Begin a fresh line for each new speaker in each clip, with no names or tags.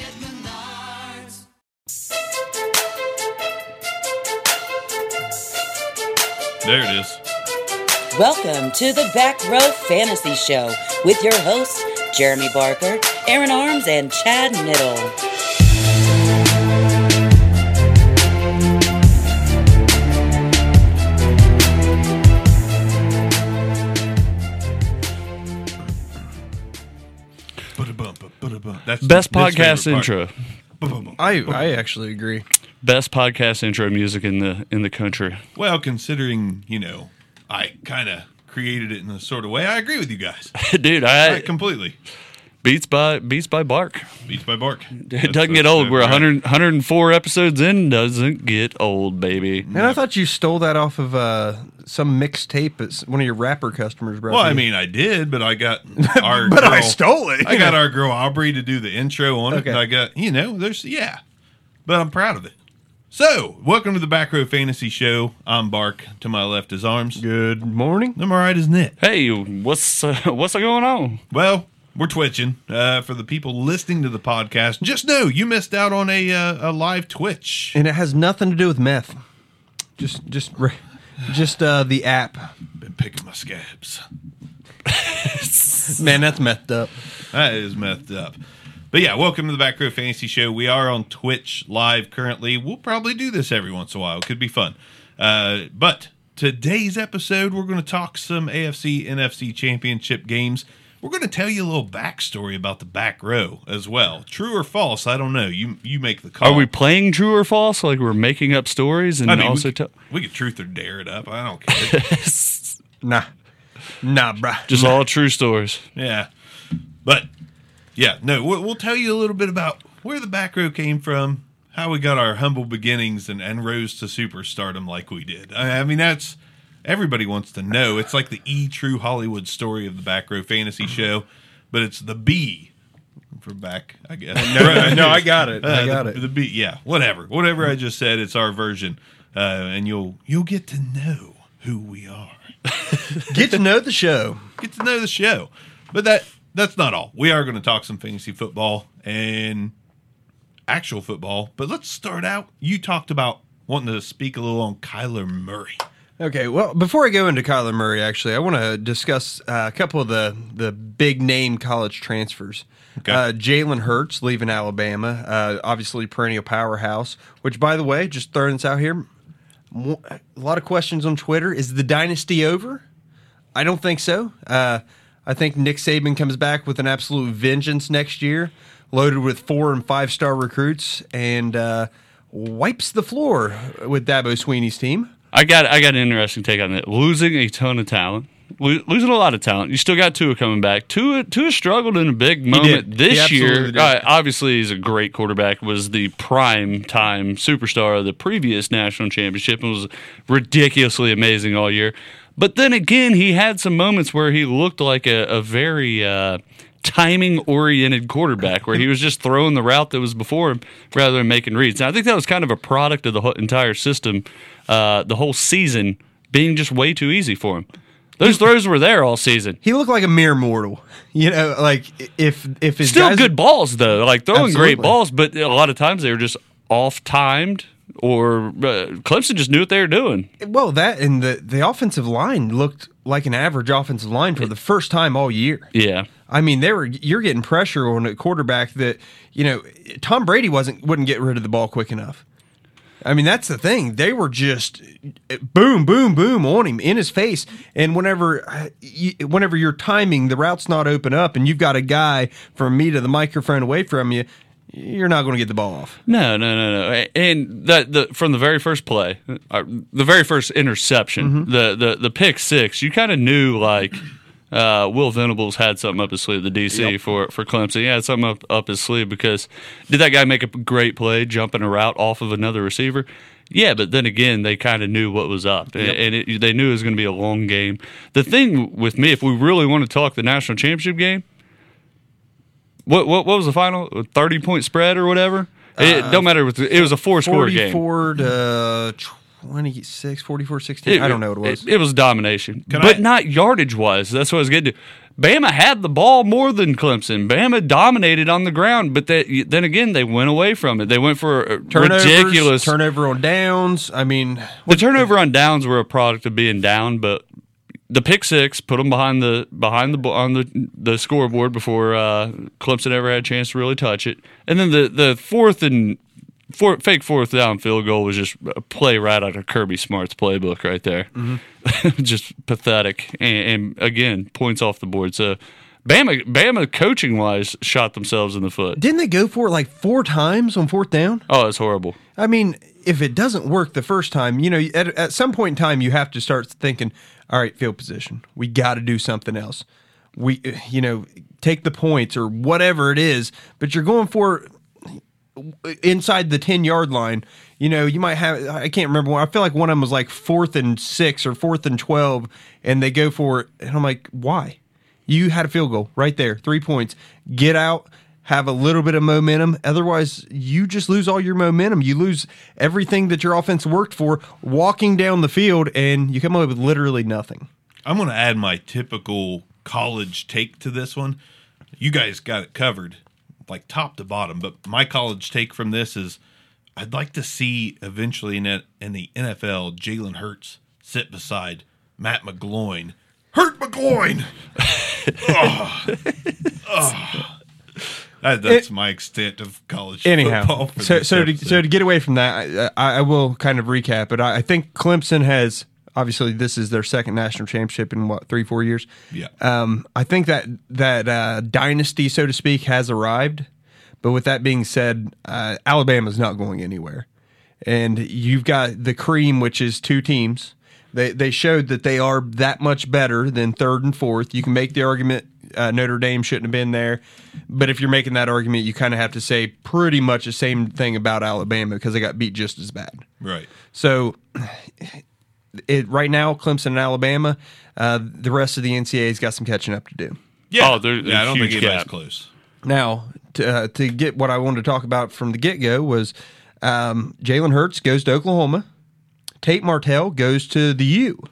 at Menards.
There it is.
Welcome to the Back Row Fantasy Show with your hosts, Jeremy Barker, Aaron Arms, and Chad Middle.
That's his
Best podcast
favorite part.
intro.
I I actually agree.
Best podcast intro music in the in the country.
Well, considering you know, I kind of created it in a sort of way. I agree with you guys.
Dude,
I
I
completely.
beats by beats by bark.
Beats by bark.
It doesn't get old. We're 100, 104 episodes in. Doesn't get old, baby.
Man, I thought you stole that off of uh, some mixtape that s- one of your rapper customers brought.
Well,
you.
I mean, I did, but I got our.
But I
girl-
stole it.
I got our girl Aubrey to do the intro on it.
Okay.
And I got you know, there's yeah, but I'm proud of it. So, welcome to the Back Row Fantasy Show. I'm Bark. To my left is Arms.
good morning.
I'm all right as Nick.
Hey, what's uh, what's going on?
Well, we're twitching. Uh, for the people listening to the podcast, just know you missed out on a uh, a live Twitch.
And it has nothing to do with meth. Just just ra- just uh, the app.
Been picking my scabs.
Man, that's methed up.
That is messed up. But yeah, welcome to the Back Row Fantasy Show. We are on Twitch live currently. We'll probably do this every once in a while. It could be fun. Uh, but today's episode, we're going to talk some AFC NFC championship games. We're going to tell you a little backstory about the back row as well. True or false? I don't know. You you make the call.
Are we playing true or false? Like we're making up stories and
I mean,
also
we, could,
tell
we could truth or dare it up. I don't care.
Nah, nah, bruh.
just all true stories.
Yeah. But yeah, no, we'll, we'll tell you a little bit about where the back row came from, how we got our humble beginnings and, and rose to superstardom like we did. I, I mean, that's everybody wants to know. It's like the E true Hollywood story of the back row
Mm-hmm.
fantasy show, but it's the B for back, I guess.
no, no, I got it. I
Uh,
got
the,
it. Mm-hmm.
The B, yeah, whatever, whatever I just said, it's our version, uh, and you'll you'll get to know who we are
Get to know the show.
get to know the show. But that that's not all. We are going to talk some fantasy football and actual football. But let's start out. You talked about wanting to speak a little on Kyler Murray.
Okay, well, before I go into Kyler Murray, actually, I want to discuss uh, a couple of the, the big name college transfers.
Okay.
Uh, Jalen Hurts leaving Alabama, uh, obviously perennial powerhouse. Which, by the way, just throwing this out here, mo- a lot of questions on Twitter: Is the dynasty over? I don't think so. Uh, I think Nick Saban comes back with an absolute vengeance next year, loaded with four and five star recruits, and uh, wipes the floor with Dabo Sweeney's team.
I got I got an interesting take on that. Losing a ton of talent, lo- losing a lot of talent. You still got Tua coming back. Tua Tua struggled in a big moment
did.
this
He
year.
absolutely did.
Uh, obviously, he's a great quarterback. Was the prime time superstar of the previous national championship and was ridiculously amazing all year. But then again, he had some moments where he looked like a, a very uh, timing oriented quarterback, where he was just throwing the route that was before him rather than making reads. And I think that was kind of a product of the whole entire system, uh, the whole season being just way too easy for him. Those throws were there all season.
he looked like a mere mortal. You know, like if if his
Still
guys-
good balls though, like throwing great
Absolutely.
balls, but a lot of times they were just off timed, or uh, Clemson just knew what they were doing.
Well, that and the the offensive line looked like an average offensive line for the first time all year.
Yeah,
I mean, they were you're getting pressure on a quarterback that you know Tom Brady wasn't wouldn't get rid of the ball quick enough. I mean, that's the thing. They were just eh, boom, boom, boom on him in his face. And whenever uh, you, whenever you're timing, the route's not open up, and you've got a guy from me to the microphone away from you, you're not going to get the ball off.
no, no, no, no. And that the from the very first play, uh, the very first interception, the the the pick six, you kind of knew like Uh, Will Venables had something up his sleeve, the DC for for Clemson. He had something up, up his sleeve because did that guy make a great play jumping a route off of another receiver? Yeah, but then again, they kind of knew what was up, and, and it, they knew it was going to be a long game. The thing with me, if we really want to talk the national championship game, what what, what was the final thirty point spread or whatever? It
Uh,
don't matter. It was- It was a four score game.
44 to 26, 44, 16. I don't know what it was.
It, it was domination,
Can
but
I-
not yardage wise. That's what I was getting to. Bama had the ball more than Clemson. Bama dominated on the ground, but they, then again, they went away from it. They went for a
Turnovers,
ridiculous.
Turnover on downs. I mean,
the turnover on downs were a product of being down, but the pick six put them behind the behind the bo- on the the scoreboard before uh, Clemson ever had a chance to really touch it. And then the the fourth and four, fake fourth down field goal was just a play right out of Kirby Smart's playbook right there. just pathetic. And, and again, points off the board. So Bama Bama coaching wise shot themselves in the foot.
didn't they go for it like four times on fourth down?
Oh, it's horrible.
I mean, if it doesn't work the first time, you know, at, at some point in time, you have to start thinking, all right, field position. We got to do something else. We, uh, you know, take the points or whatever it is, but you're going for inside the 10 yard line. You know, you might have, I can't remember. I feel like one of them was like fourth and six or fourth and 12, and they go for it. And I'm like, why? You had a field goal right there, three points. Get out, have a little bit of momentum. Otherwise, you just lose all your momentum. You lose everything that your offense worked for walking down the field, and you come away with literally nothing.
I'm going to add my typical college take to this one. You guys got it covered, like top to bottom. But my college take from this is I'd like to see eventually in, it, in the NFL, Jalen Hurts sit beside Matt McGloin. Hurt McGloin! Ugh. Ugh. That- that's my extent of college
anyhow
football. for
so
this
so to,
episode.
so to get away from that I, I will kind of recap it I, I think clemson has obviously this is their second national championship in what three four years
Yeah.
um, i think that that uh, dynasty so to speak has arrived but with that being said uh, alabama's not going anywhere and you've got the cream which is two teams they, they showed that they are that much better than third and fourth. You can make the argument uh, Notre Dame shouldn't have been there, but if you're making that argument, you kind of have to say pretty much the same thing about Alabama because they got beat just as bad.
right.
So, it right now Clemson and Alabama, uh, the rest of the NCAA's got some catching up to do.
Yeah.
Oh, there's a
yeah, I don't think
huge
anybody's
gap.
close.
Now, to, uh, to get what I wanted to talk about from the get go was um, Jalen Hurts goes to Oklahoma. Tate Martell goes to the U,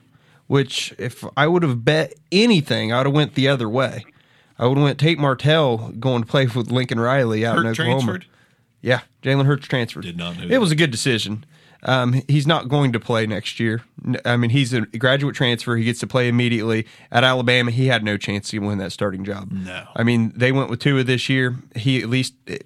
which if I would have bet anything, I would have went the other way. I would have went Tate Martell going to play with Lincoln Riley out in
Hurt
Oklahoma.
transferred?
Yeah, Jalen Hurts transferred.
Did not know
It
that.
was a good decision. Um, he's not going to play next year. N- I mean, he's a graduate transfer. He gets to play immediately at Alabama. He had no chance to win that starting job.
No.
I mean, they went with two of this year. He at least eh,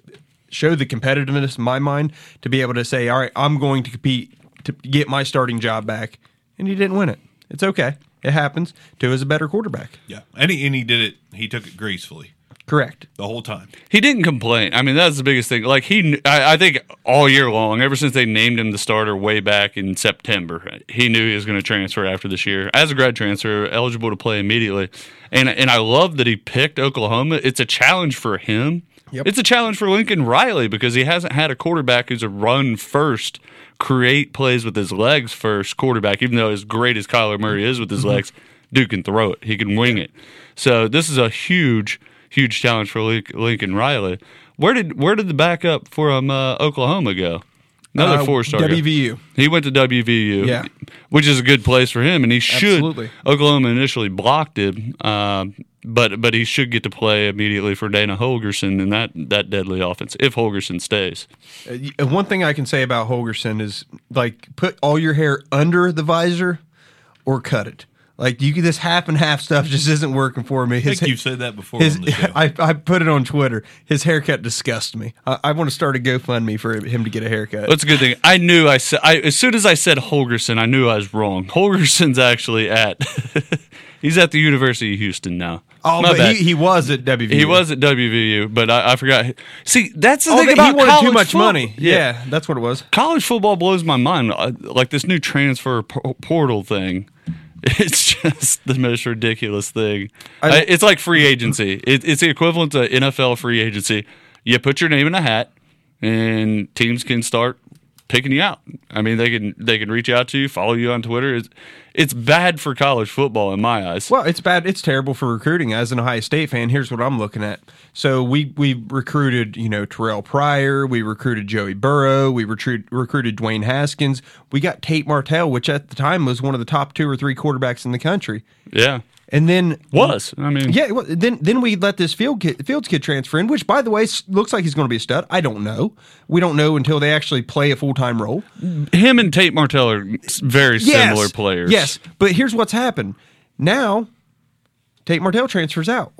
showed the competitiveness in my mind to be able to say, "All right, I'm going to compete to get my starting job back," and he didn't win it. It's okay. It happens. Two is a better quarterback.
Yeah. And he, and he did it. He took it gracefully
Correct.
the whole time.
He didn't complain. I mean, that's the biggest thing. Like he, kn- I, I think all year long, ever since they named him the starter way back in September, he knew he was going to transfer after this year as a grad transfer, eligible to play immediately. And and I love that he picked Oklahoma. It's a challenge for him.
Yep.
It's a challenge for Lincoln Riley because he hasn't had a quarterback who's a run first, create plays with his legs first quarterback. Even though as great as Kyler Murray is with his legs, dude can throw it. He can wing it. So this is a huge huge challenge for Link- Lincoln Riley. Where did where did the backup from uh, Oklahoma go? Another
Uh,
four star.
WVU.
He went to WVU.
Yeah.
which is a good place for him, and he should.
Absolutely.
Oklahoma initially blocked him, um, but but he should get to play immediately for Dana Holgerson and that that deadly offense if Holgerson stays.
Uh, y- uh, one thing I can say about Holgerson is like put all your hair under the visor or cut it. Like you, can- this half and half stuff just isn't working for me.
I
His,
think you've said that before
his,
on the show.
I, I put it on Twitter. His haircut disgusts me. I, I want to start a GoFundMe for him to get a haircut.
That's a good thing. I knew I said I, as soon as I said Holgerson, I knew I was wrong. Holgerson's actually at he's at the University of Houston now.
oh,
My
but
bad.
he, he was at WVU.
He was at WVU, but I, I forgot. See, that's the
Oh,
thing
that-
about
he wanted too
college
much
football.
money. Yeah. that's what it was.
college football blows my mind. Uh, Like this new transfer por- portal thing. It's just the most ridiculous thing.
I-
I- it's like free agency. It, it's the equivalent to NFL free agency. You put your name in a hat, and teams can start picking you out. I mean, they can they can reach out to you, follow you on Twitter. It's it's bad for college football in my eyes.
Well, it's bad. It's terrible for recruiting. As an Ohio State fan, here's what I'm looking at. So we we recruited, you know, Terrell Pryor. We recruited Joey Burrow. We recruit, recruited Dwayne Haskins. We got Tate Martell, which at the time was one of the top two or three quarterbacks in the country.
Yeah,
And then
was I mean
Yeah, well, then then we let this field kid, Fields kid transfer in, which by the way s- looks like he's going to be a stud. I don't know. We don't know until they actually play a full time role.
him and Tate Martell are s- very similar players.
Yes, but here's what's happened. Now, Tate Martell transfers out,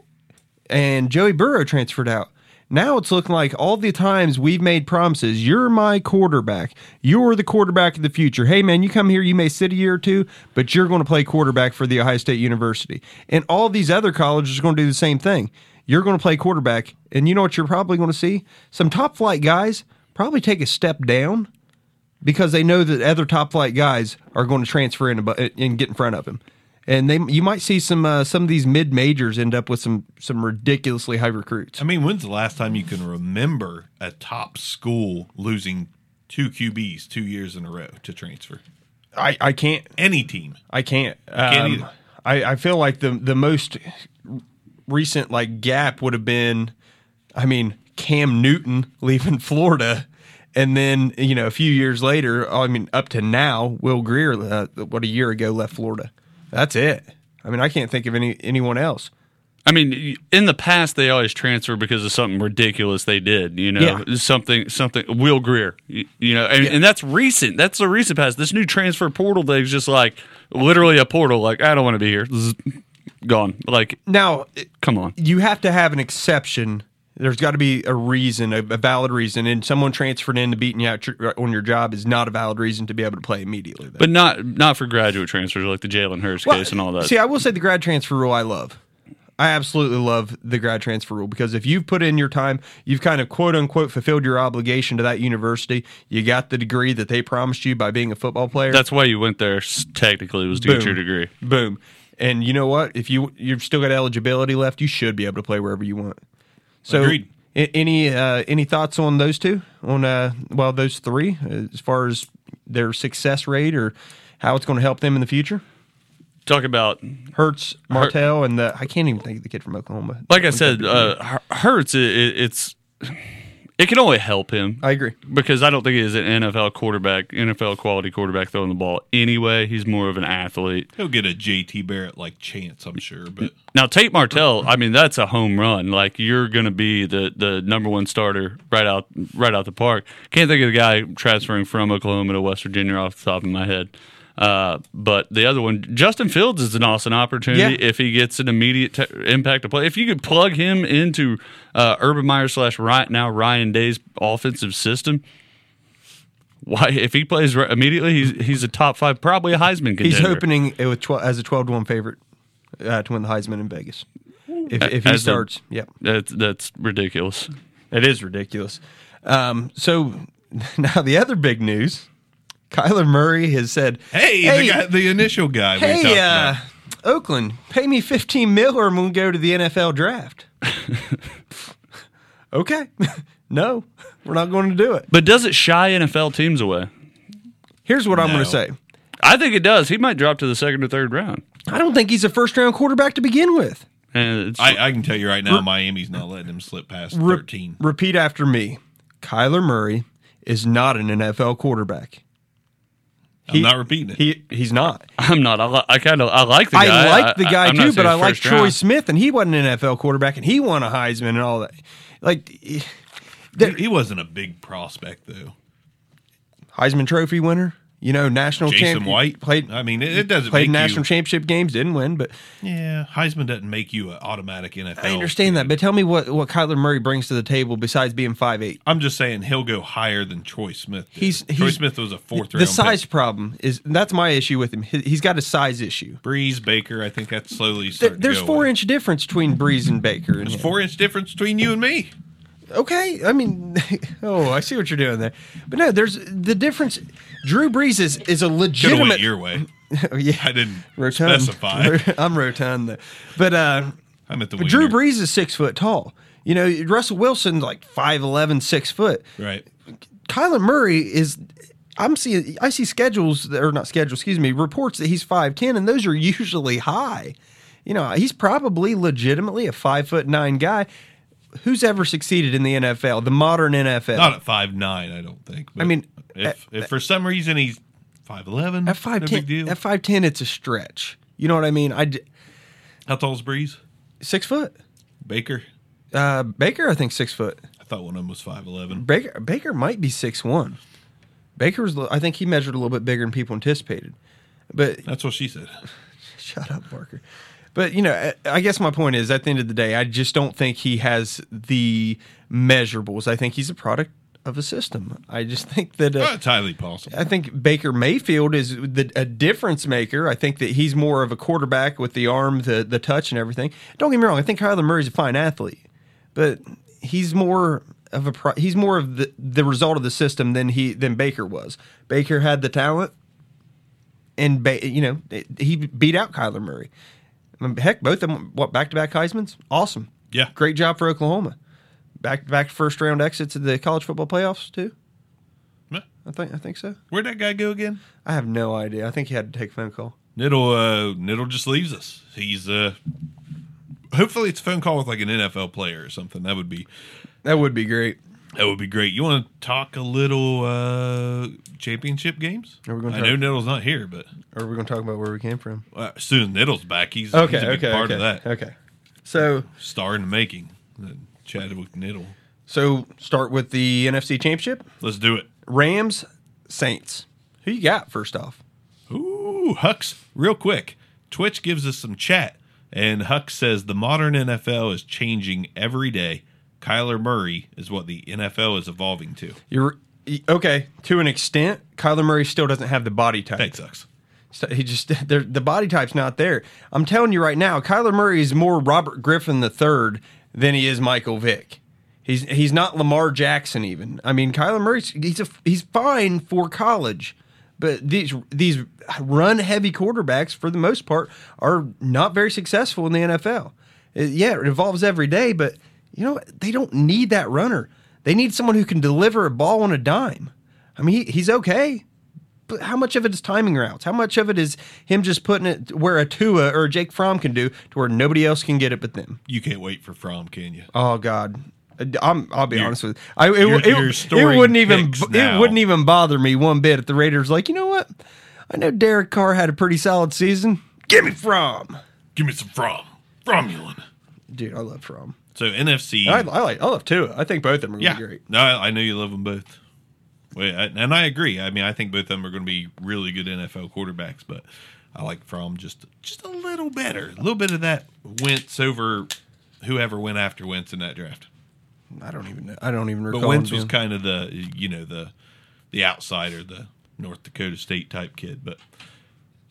and Joey Burrow transferred out. Now it's looking like all the times we've made promises. You're my quarterback. You're the quarterback of the future. Hey man, you come here, you may sit a year or two, but you're going to play quarterback for the Ohio State University. And all these other colleges are going to do the same thing. You're going to play quarterback, and you know what you're probably going to see? Some top flight guys probably take a step down because they know that other top flight guys are going to transfer in abo- and get in front of him. And they, you might see some uh, some of these mid majors end up with some some ridiculously high recruits.
I mean, when's the last time you can remember a top school losing two QBs two years in a row to transfer?
I, I can't
Any team.
I can't.
can't
Um,
either.
I, I feel like the the most recent like gap would have been, I mean, Cam Newton leaving Florida, and then you know a few years later, I mean, up to now, Will Greer, uh, what a year ago left Florida. That's it. I mean, I can't think of any anyone else.
I mean, in the past they always transfer because of something ridiculous they did. You know,
Yeah.
something something Will Greer. You, you know, and, and that's recent. That's the recent past. This new transfer portal thing's just like literally a portal. Like I don't want to be here. Zzz, gone. Like
Now,
come on.
you have to have an exception. There's got to be a reason, a, a valid reason, and someone transferred in to beating you out tr- uh, on your job is not a valid reason to be able to play immediately. though.
But not not for graduate transfers like the Jalen Hurts
Well,
case and all that.
See, I will say the grad transfer rule I love. I absolutely love the grad transfer rule because if you've put in your time, you've kind of quote unquote fulfilled your obligation to that university. You got the degree that they promised you by being a football player.
that's why you went there. s- Technically, was to get
Boom.
your degree.
boom. And you know what? If you you've still got eligibility left, you should be able to play wherever you want. So,
Agreed.
a- any uh, any thoughts on those two? On uh, well, those three as far as their success rate or how it's going to help them in the future?
Talk about
Hertz, Martell, and the I can't even think of the kid from Oklahoma.
like I said, uh, Hur- Hurts. It, it, it's it can only help him.
I agree.
because I don't think he is an NFL quarterback, NFL quality quarterback throwing the ball anyway. He's more of an athlete.
He'll get a JT Barrett like chance, I'm sure. But
Now Tate Martell, I mean that's a home run. Like you're going to be the the number one starter right out right out the park. Can't think of the guy transferring from Oklahoma to West Virginia off the top of my head. Uh, but the other one, Justin Fields, is an awesome opportunity
Yeah.
if he gets an immediate t- impact to play. If you could plug him into uh, Urban Meyer slash right now Ryan Day's offensive system, why if he plays right immediately, he's he's a top five, probably a Heisman contender.
He's opening it with 12, as a 12 to 1 favorite uh, to win the Heisman in Vegas. If, if he
As a-
starts, yep.
That's that's ridiculous.
It is ridiculous. Um, so now the other big news Kyler Murray has said,
hey, the, guy, the initial guy we talked
hey, uh,
about.
Oakland, pay me 15 mil or I'm going to go to the NFL draft. okay. no, we're not going to do it.
But does it shy NFL teams away?
Here's what I'm going
No.
to say.
I think it does. He might drop to the second or third round.
I don't think he's a first round quarterback to begin with.
And it's,
I, I can tell you right now, Miami's not letting him slip past
Re-
13.
Repeat after me. Kyler Murray is not an NFL quarterback.
I'm not repeating it.
He he's not.
I'm not. I, li- I kind of I like the
I
guy.
like the guy
I'm not
too, but
saying
I like
first
Troy
round.
Smith, and he wasn't an NFL quarterback, and he won a Heisman and all that. Like eh,
he, he wasn't a big prospect, though.
Heisman Trophy winner, you know, national
Jason
champion.
White.
played.
I mean, it, it doesn't
played
make
national
you,
championship games, didn't win, but
Yeah, Heisman doesn't make you an automatic NFL.
I understand that.
dude.
But tell me what what Kyler Murray brings to the table besides being five eight.
I'm just saying he'll go higher than Troy Smith. Did.
He's-
Troy
he's-
Smith was a fourth round.
The size
pick.
problem is that's my issue with him. He- He's got a size issue.
Breeze Baker. I think that's slowly.
There-
starting to
there's
go
four
away.
inch difference between Breeze and Baker. and
There's
him.
four inch difference between you and me.
Okay, I mean, oh, I see what you're doing there, but no, there's the difference. Drew Brees is is a
Should have went
legitimate.
your way.
Oh, yeah,
I didn't
rotund.
specify.
I'm rotund though, but uh,
I'm at the
but Drew
wiener.
Brees is six foot tall. You know, Russell Wilson's like 5'11", 6 foot.
Right.
Kyler Murray is. I'm seeing. I see schedules that- or not schedules. Excuse me. Reports that he's five ten, and those are usually high. You know, he's probably legitimately a five foot nine guy. Who's ever succeeded in the NFL, the modern NFL?
Not at five nine, I don't think. But
I mean,
if,
at-
if for some reason he's five eleven,
at five
no
ten.
big deal.
At five ten, it's a stretch. You know what I mean? I d-
How tall's Breeze?
six foot.
Baker.
Uh, Baker, I think six foot.
I thought one of them was five eleven.
Baker Baker might be six one. Baker was. I think he measured a little bit bigger than people anticipated. But
That's what she said.
Uh, Shut up, Barker. But you know, I- I guess my point is, at the end of the day, I just don't think he has the measurables. I think he's a product of a system. I just think that
Well,
uh,
it's highly possible.
I think Baker Mayfield is the, a difference maker. I think that he's more of a quarterback with the arm, the the touch, and everything. Don't get me wrong. I think Kyler Murray's a fine athlete, but he's more of a pro, he's more of the, the result of the system than he than Baker was. Baker had the talent, and ba- you know it- he beat out Kyler Murray. I mean, heck, both of them what back to back Heisman's awesome.
Yeah.
great job for Oklahoma. Back to back first round exits of the college football playoffs too.
Huh?
I think I think so.
Where'd that guy go again?
I have no idea. I think he had to take a phone call.
Niddle uh Niddle just leaves us. He's uh hopefully it's a phone call with like an NFL player or something. That would be
That would be great.
that would be great. You wanna talk a little uh championship games?
Are we gonna
I
talk-
know Niddle's not here, but
Or we're going to talk about where we came from.
uh, as soon as Niddle's back, he's,
Okay,
he's a big
okay,
part
okay,
of that.
okay. So,
Star in the making. uh, Chadwick Niddle.
so start with the NFC Championship:
Let's do it.
Rams, Saints. Who you got first off?
Ooh, Hux, real quick. Twitch gives us some chat, and Hux says the modern NFL is changing every day. Kyler Murray is what the NFL is evolving to.
You're okay to an extent. Kyler Murray still doesn't have the body type.
Thanks, Hux.
So he just they're- the body type's not there. I'm telling you right now, Kyler Murray is more Robert Griffin III than he is Michael Vick. He's he's not Lamar Jackson even. I mean, Kyler Murray's he's a, he's fine for college, but these these run heavy quarterbacks for the most part are not very successful in the NFL. Uh, yeah, it evolves every day, but you know they don't need that runner. They need someone who can deliver a ball on a dime. I mean, he, he's okay, but how much of it is timing routes? How much of it is him just putting it where a Tua or a Jake Fromm can do to where nobody else can get it but them?
You can't wait for From, can you?
Oh God. I'm, I'll be
You're-
honest with you. I, it,
you're-
it,
you're
it
storing
wouldn't even
picks
it
now.
wouldn't even bother me one bit if the Raiders like you know what I know Derek Carr had a pretty solid season. Give me Fromm,
Give me some From. Fromulin.
dude. I love Fromm.
So NFC.
I, I like I love Tua. I think both of them are gonna
yeah.
be great.
No, I, I know you love them both. Wait, I, and I agree. I mean, I think both of them are going to be really good NFL quarterbacks, but I like From just just a little better. A little bit of that Wentz over whoever went after Wentz in that draft.
I don't even know. I don't even recall.
But Wentz
him
was
being-
kind of the you know the the outsider, the North Dakota State type kid. But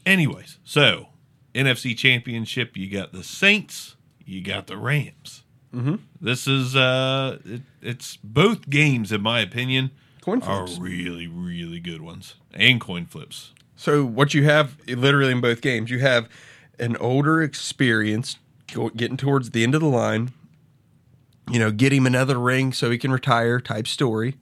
anyways, so NFC Championship, you got the Saints, you got the Rams. Mm-hmm. This is uh, it, it's both games, in my opinion,
Coin
are
flips.
really really good ones and coin flips.
So what you have literally in both games, you have an older, experienced, go- getting towards the end of the line. You know, get him another ring so he can retire type story.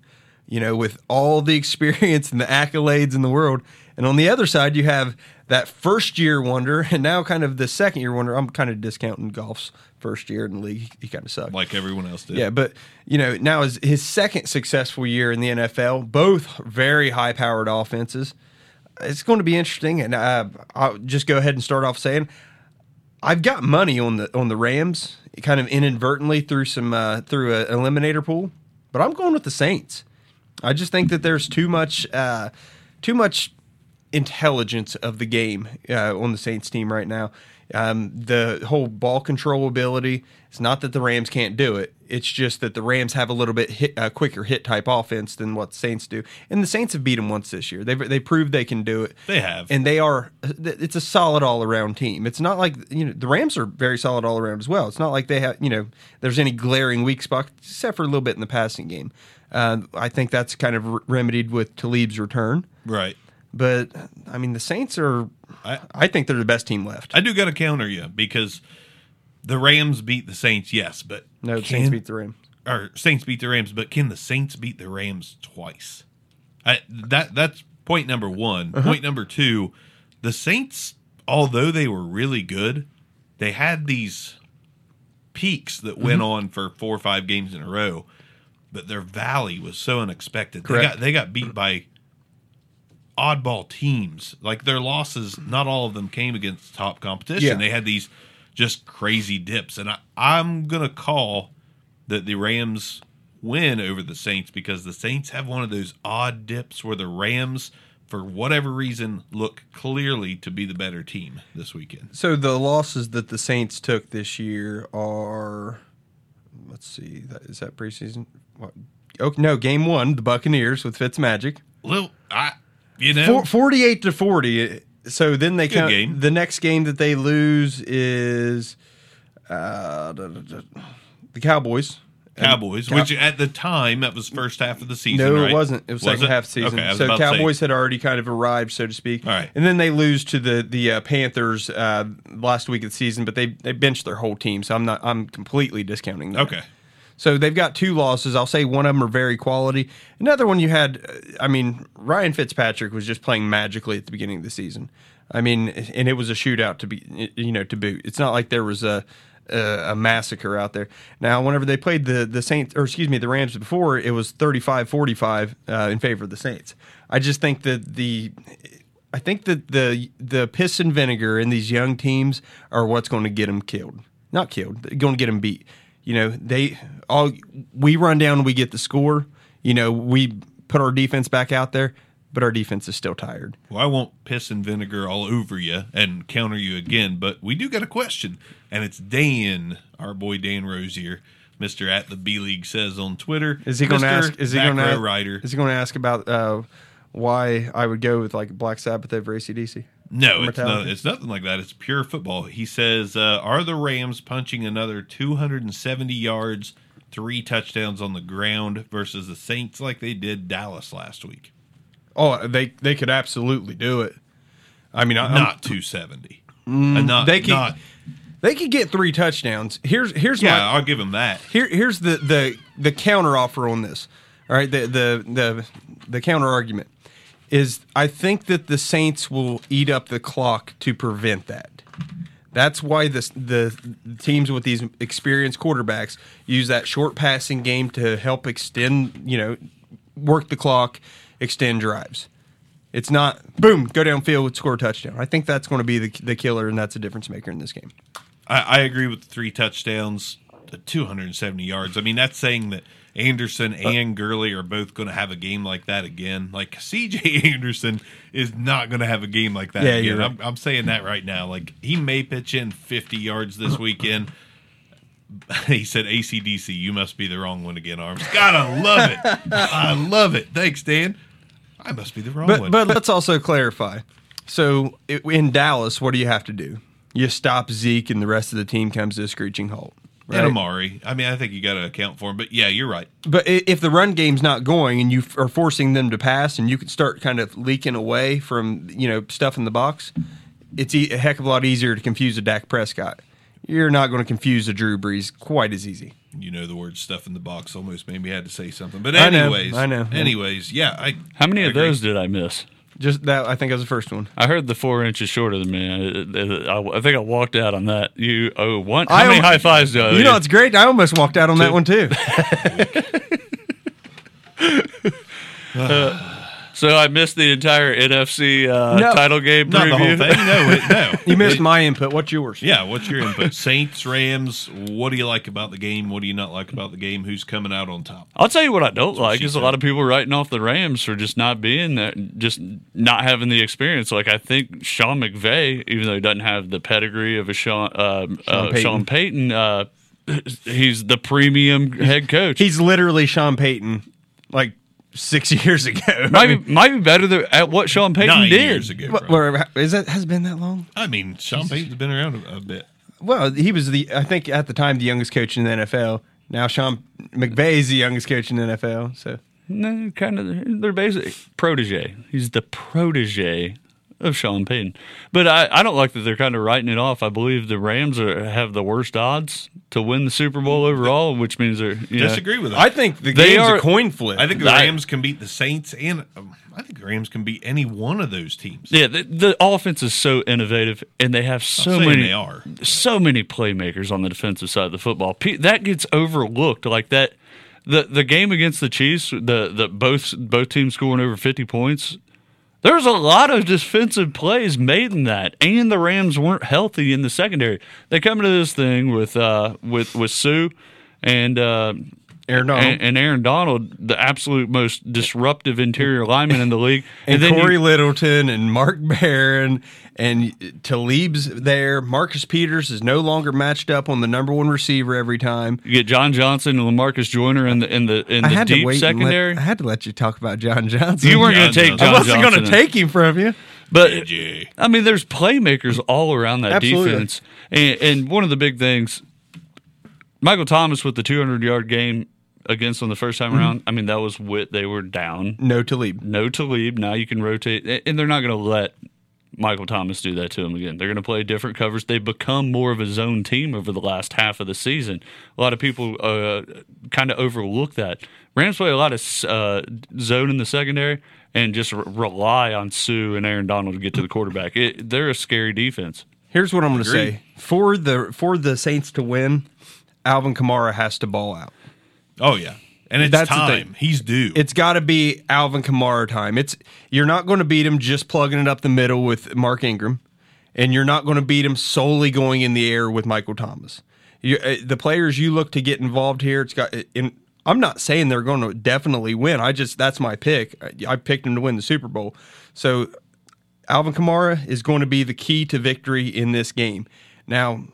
You know, with all the experience and the accolades in the world. And on the other side, you have that first year wonder, and now kind of the second year wonder. I'm kind of discounting golf's first year in the league. He, he kind of sucked.
Like everyone else did.
Yeah, but you know, now is his second successful year in the NFL. Both very high-powered offenses. It's going to be interesting, and uh, I'll just go ahead and start off saying I've got money on the on the Rams, kind of inadvertently through some uh, through an eliminator pool, but I'm going with the Saints. I just think that there's too much uh, too much intelligence of the game uh, on the Saints team right now. Um, the whole ball control ability. It's not that the Rams can't do it. It's just that the Rams have a little bit hit, uh, quicker hit type offense than what the Saints do, and the Saints have beat them once this year. They they proved they can do it.
They have.
and they are. It's a solid all around team. It's not like you know the Rams are very solid all around as well. It's not like they have you know there's any glaring weak spot except for a little bit in the passing game. Uh, I think that's kind of re- remedied with Talib's return.
right.
But I mean, the Saints are. I, I think they're the best team left.
I do got to counter you because the Rams beat the Saints, yes, but
no, the
can-
Saints beat the Rams.
or Saints beat the Rams, but can the Saints beat the Rams twice? I, that that's point number one. Point number two, the Saints, although they were really good, they had these peaks that went on for four or five games in a row, but their valley was so unexpected. They
Correct.
got they got beat by oddball teams. Like their losses, not all of them came against top competition.
Yeah.
They had these just crazy dips. And I, I'm gonna call that the Rams win over the Saints because the Saints have one of those odd dips where the Rams, for whatever reason, look clearly to be the better team this weekend.
So the losses that the Saints took this year are, let's see, that, is that preseason? What? Oh no, game one, the Buccaneers with Fitzmagic,
Well, I you know
Four, forty-eight to forty. So then they
Good
count.
game.
The next game that they lose is uh, da- da- da- the Cowboys.
Cowboys,
Cow-
which at the time that was first half of the season.
No,
right?
it wasn't. It was, second half season.
Okay, I was
so
about to say,
Cowboys had already kind of arrived, so to speak.
All right.
And then they lose to the the uh, Panthers uh, last week of the season, but they they benched their whole team. So I'm not I'm completely discounting that.
okay,
So they've got two losses. I'll say one of them are very quality. Another one you had, uh, I mean, Ryan Fitzpatrick was just playing magically at the beginning of the season. I mean, and it was a shootout to be, you know, to boot. It's not like there was a a, a massacre out there. Now, whenever they played the the Saints, or excuse me, the Rams before, it was 35-45 uh, in favor of the Saints. I just think that the I think that the the piss and vinegar in these young teams are what's going to get them killed. Not killed, going to get them beat. You know, they all we run down, we get the score. You know, we put our defense back out there, but our defense is still tired.
well, I won't piss and vinegar all over you and counter you again, but we do got a question, and it's Dan, our boy Dan Rosier, Mister at the B League says on Twitter.
Is he going to
Mr.
ask? Is he going to
Back Row
ask?
Rider?
Is he going to ask about uh, why I would go with like Black Sabbath over ACDC?
No, it's,
Mortality.
not, it's nothing like that. It's pure football. He says, uh, "Are the Rams punching another 270 yards, three touchdowns on the ground versus the Saints like they did Dallas last week?
Oh, they they could absolutely do it. I mean, I,
Not 270. Uh, not,
Um, mm, they could-
not-
they could get three touchdowns. Here's here's
yeah,
my,
I'll give him that.
Here, here's the the the counter offer on this. All right, the the the the counter argument is I think that the Saints will eat up the clock to prevent that. That's why this, the teams with these experienced quarterbacks use that short passing game to help extend, you know, work the clock, extend drives. It's not boom, go downfield, score a touchdown. I think that's going to be the, the killer, and that's a difference maker in this game.
I, I agree with the three touchdowns, the 270 yards. I mean, that's saying that Anderson
Uh,
and Gurley are both going to have a game like that again. Like CJ Anderson is not going to have a game like that
Yeah,
again.
you're right.
I'm, I'm saying that right now. Like he may pitch in 50 yards this weekend. He said, "ACDC, you must be the wrong one again, Arms." God, I love it. I love it. Thanks, Dan. I must be the wrong
But
one.
but let's also clarify. So i in Dallas, what do you have to do? You stop Zeke, and the rest of the team comes to a screeching halt. Right?
And Amari. I mean, I think you got to account for him. But yeah, you're right.
But i- if the run game's not going, and you f- are forcing them to pass, and you can start kind of leaking away from you know stuff in the box, it's e- a heck of a lot easier to confuse a Dak Prescott. You're not going to confuse a Drew Brees quite as easy.
you know the word stuff in the box almost made me had to say something. But
I know,
anyways,
I know.
Anyways, yeah, I
How many
I
of
agree.
those did I miss?
Just that, I think that was the first one.
I heard the four inches shorter than me. I, I, I think I walked out on that. You oh one.
I
How many
al-
high fives
Uh,
do I
You
leave?
know, it's great. I almost walked out on that one too.
so I missed the entire NFC uh,
No.
title game
Not the whole
preview.
thing. No, it, no.
You missed my input. What's yours?
yeah, what's your input? Saints, Rams. What do you like about the game? What do you not like about the game? Who's coming out on top?
I'll tell you what I don't like
she
is a
said.
lot of people writing off the Rams for just not being there, just not having the experience. Like I think Sean McVay, even though he doesn't have the pedigree of a Sean uh, uh,
Payton.
Sean Payton, uh, he's the premium head coach.
He's literally Sean Payton, like six years ago.
might be, might be better than, at what Sean Payton
Nine
did.
years ago.
Wha-
probably.
where- is that has it been that long?
I mean, Sean Payton's been around a, a bit.
Well, he was the I think at the time the youngest coach in the NFL. Now Sean McVay is the youngest coach in the NFL. So
No, kind of. They're basic protege. He's the protege of Sean Payton. But I, I don't like that they're kind of writing it off. I believe the Rams are, have the worst odds to win the Super Bowl overall, which means they're you know-
Disagree with that.
I think the
They
game's
are-
a coin flip.
I think the
I-
Rams can beat the Saints, and um, I think the Rams can beat any one of those teams.
Yeah, the, the offense is so innovative, and they have so
saying
many.
they are.
so many playmakers on the defensive side of the football. Pe- That gets overlooked. Like that, the the game against the Chiefs, the the both both teams scoring over fifty points. There's a lot of defensive plays made in that, and the Rams weren't healthy in the secondary. They come into this thing with uh, with with Sue and uh,
Aaron Donald.
and, and Aaron Donald, the absolute most disruptive interior lineman in the league,
and,
you-
Corey Littleton and Mark Barron and Talib's there. Marcus Peters is no longer matched up on the number one receiver every time.
You get John Johnson and Lamarcus Joyner in the in the in
I
the
had to
deep
wait. and let-
secondary.
I had to let you talk about John Johnson.
you weren't going to
John
take
Johnson.
John
I wasn't
Johnson
going to
in.
take him from you.
but
Yeah.
I mean, there's playmakers all around that
Absolutely.
defense, and, and one of the big things, Michael Thomas with the 200 yard game against them the first time around. I mean, that was wit. They were down,
No Talib.
no Talib. Now you can rotate, a- and they're not going to let. Michael Thomas do that to him again. They're going to play different covers. They've become more of a zone team over the last half of the season. A lot of people uh, kind of overlook that. Rams play a lot of uh, zone in the secondary and just re- rely on Sue and Aaron Donald to get to the quarterback. It, they're a scary defense.
Here's what I'm going to say for the for the Saints to win. Alvin Kamara has to ball out.
Oh yeah, and it's
That's the
time.
thing.
He's due.
It's got to be Alvin Kamara time. It's you're not going to beat him just plugging it up the middle with Mark Ingram, and you're not going to beat him solely going in the air with Michael Thomas. You, uh, the players you look to get involved here, it's got. And I'm not saying they're going to definitely win. I just that's my pick. I, I picked him to win the Super Bowl. So Alvin Kamara is going to be the key to victory in this game. Now,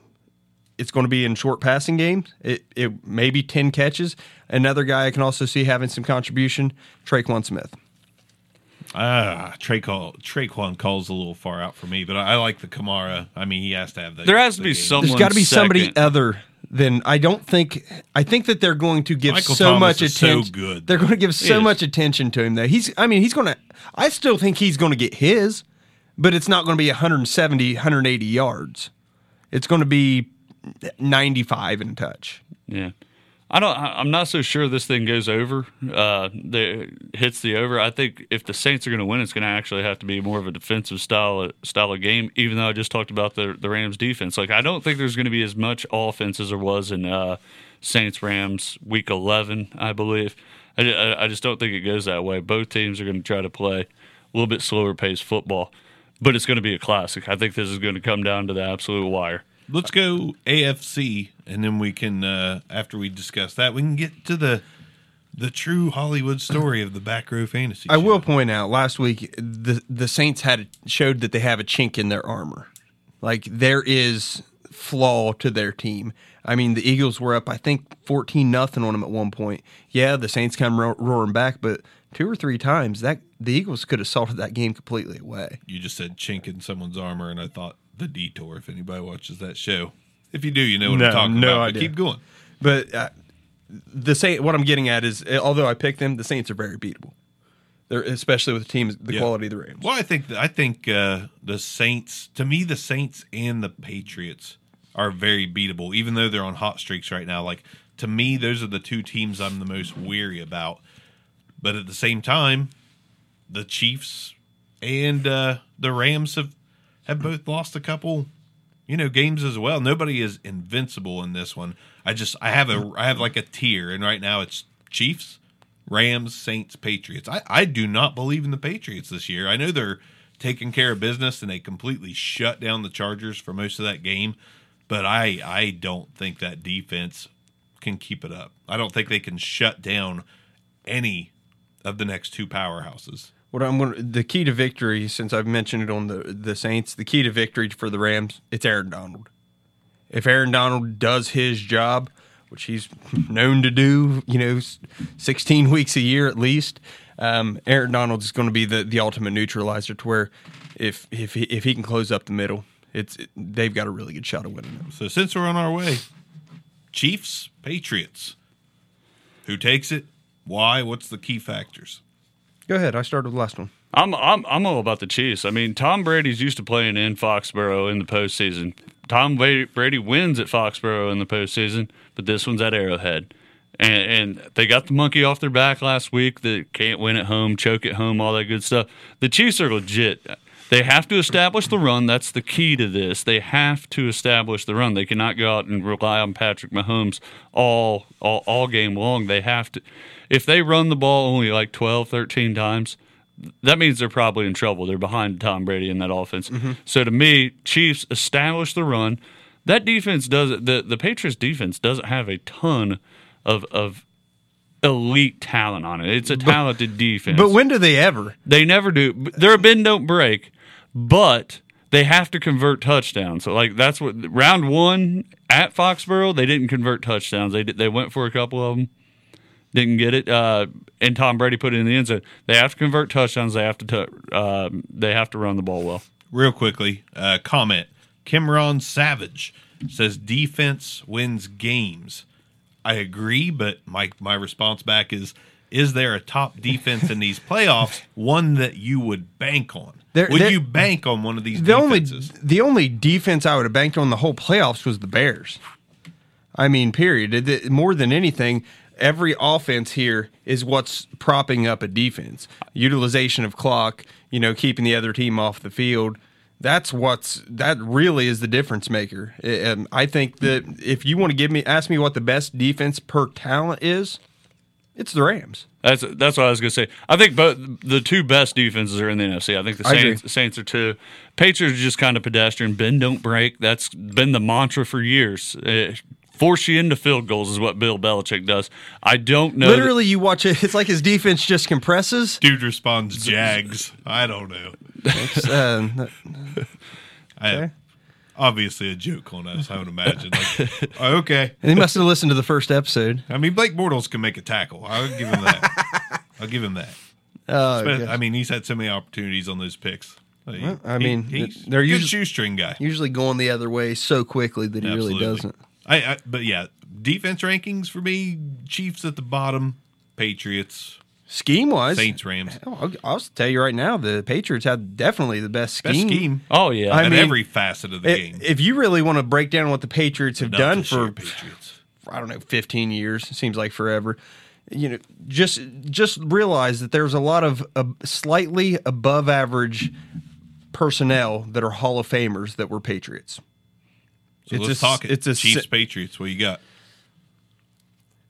it's going to be in short passing games. It it may be ten catches. Another guy I can also see having some contribution, Traquan Smith.
ah, Trey call Traquan calls a little far out for me, but I, I like the Kamara. I mean, he has to have that.
There has to
the
be
game.
some-
There's got to be somebody
second.
other than I don't think I think that they're going to give
Michael
so
Thomas
much
is so
attention.
good.
They're going to give so
is.
much attention to him though. He's I mean he's going to I still think he's going to get his, but it's not going to be 170 180 yards. It's going to be 95 in touch.
Yeah. I don't. I- I'm not so sure this thing goes over. Uh, the hits the over. I think if the Saints are going to win, it's going to actually have to be more of a defensive style style of game. Even though I just talked about the the Rams defense, like I don't think there's going to be as much offense as there was in uh, Saints Rams Week 11, I believe. I, ju- I, I just don't think it goes that way. Both teams are going to try to play a little bit slower paced football, but it's going to be a classic. I think this is going to come down to the absolute wire.
Let's go AFC, and then we can uh, after we discuss that, we can get to the the true Hollywood story of the back row fantasy.
I
show.
will point out last week the the Saints had showed that they have a chink in their armor. Like there is flaw to their team. I mean, the Eagles were up I think 14 nothing on them at one point. Yeah, the Saints come ro- roaring back, but two or three times that the Eagles could have salted that game completely away.
You just said chink in someone's armor, and I thought the detour. If anybody watches that show, if you do, you know what
No,
I'm talking
no
about. but
idea.
keep going.
But uh, the Saint what I'm getting at is although I picked them, the Saints are very beatable. They're especially with the teams the
Yeah.
quality of the Rams.
Well, I think I think uh, the Saints. To me, the Saints and the Patriots are very beatable, even though they're on hot streaks right now. Like to me, those are the two teams I'm the most weary about. But at the same time, the Chiefs and uh, the Rams have have both lost a couple, you know, games as well. Nobody is invincible in this one. I just I have a I have like a tier, and right now it's Chiefs, Rams, Saints, Patriots. I I do not believe in the Patriots this year. I know they're taking care of business and they completely shut down the Chargers for most of that game, but I I don't think that defense can keep it up. I don't think they can shut down any of the next two powerhouses.
What I'm going to the key to victory, since I've mentioned it on the the Saints, the key to victory for the Rams, it's Aaron Donald. If Aaron Donald does his job, which he's known to do, you know, s- 16 weeks a year at least, um, Aaron Donald is going to be the the ultimate neutralizer to where if if he, if he can close up the middle, it's they've got a really good shot of winning. It.
So since we're on our way, Chiefs, Patriots. Who takes it? Why? What's the key factors?
Go ahead. I started with the last one.
I'm I'm I'm all about the Chiefs. I mean, Tom Brady's used to playing in Foxborough in the postseason. Tom Ba- Brady wins at Foxborough in the postseason, but this one's at Arrowhead, and, and they got the monkey off their back last week. That can't win at home, choke at home, all that good stuff. The Chiefs are legit. They have to establish the run. That's the key to this. They have to establish the run. They cannot go out and rely on Patrick Mahomes all all, all game long. They have to. If they run the ball only like 12, 13 times, that means they're probably in trouble. They're behind Tom Brady in that offense. So to me, Chiefs establish the run. That defense does the the Patriots defense doesn't have a ton of of elite talent on it. It's a talented defense.
But when do they ever?
They never do. Their bend don't break, but they have to convert touchdowns. So like that's what round one at Foxborough they didn't convert touchdowns. They did, they went for a couple of them, didn't get it. Uh, and Tom Brady put it in the end zone. They have to convert touchdowns. They have to tou- uh, they have to run the ball well.
Real quickly, uh, comment. Kimron Savage says defense wins games. I agree, but my my response back is: Is there a top defense in these playoffs? One that you would bank on?
There-
would
there-
you bank on one of these
The only
defenses?
the only defense I would have banked on the whole playoffs was the Bears. I mean, period. It- it- more than anything, every offense here is what's propping up a defense. Utilization of clock, you know, keeping the other team off the field. That's what's that really is the difference maker. I- um, I think that if you want to give me ask me what the best defense per talent is, it's the Rams.
That's that's what I was gonna say. I think both the two best defenses are in the NFC. I think the
I agree.
Saints, Saints are two. Patriots are just kind of pedestrian. Bend don't break. That's been the mantra for years. Eh, force you into field goals is what Bill Belichick does. I don't know. that-
Literally, you watch it. It's like his defense just compresses.
Dude responds: Jags. I don't know.
Um,
I, Obviously, a joke on us. I would imagine. Like, okay.
And he must have listened to the first episode.
I mean, Blake Bortles can make a tackle. I'll give him that. I'll give him that.
Oh,
But,
gosh.
I mean, he's had so many opportunities on those picks. Like,
Well, I
he-
mean,
he's
they're
a good
usually-
shoestring guy.
usually going the other way so quickly that he really
Absolutely.
doesn't.
I, I but yeah, defense rankings for me: Chiefs at the bottom, Patriots,
Scheme wise,
Saints, Rams.
I'll, I'll tell you right now, the Patriots had definitely the best
Best
scheme.
scheme.
Oh yeah.
I
at
mean,
every facet of the
I-
game.
If you really want to break down what the Patriots have
Not
done
this year,
for
Patriots.
I don't know, 15 years. It seems like forever. You know, just just realize that there's a lot of uh, slightly above average personnel that are Hall of Famers that were Patriots.
So let's
It's a s-
talk it.
it's a
Chiefs,
si-
Patriots. What you got?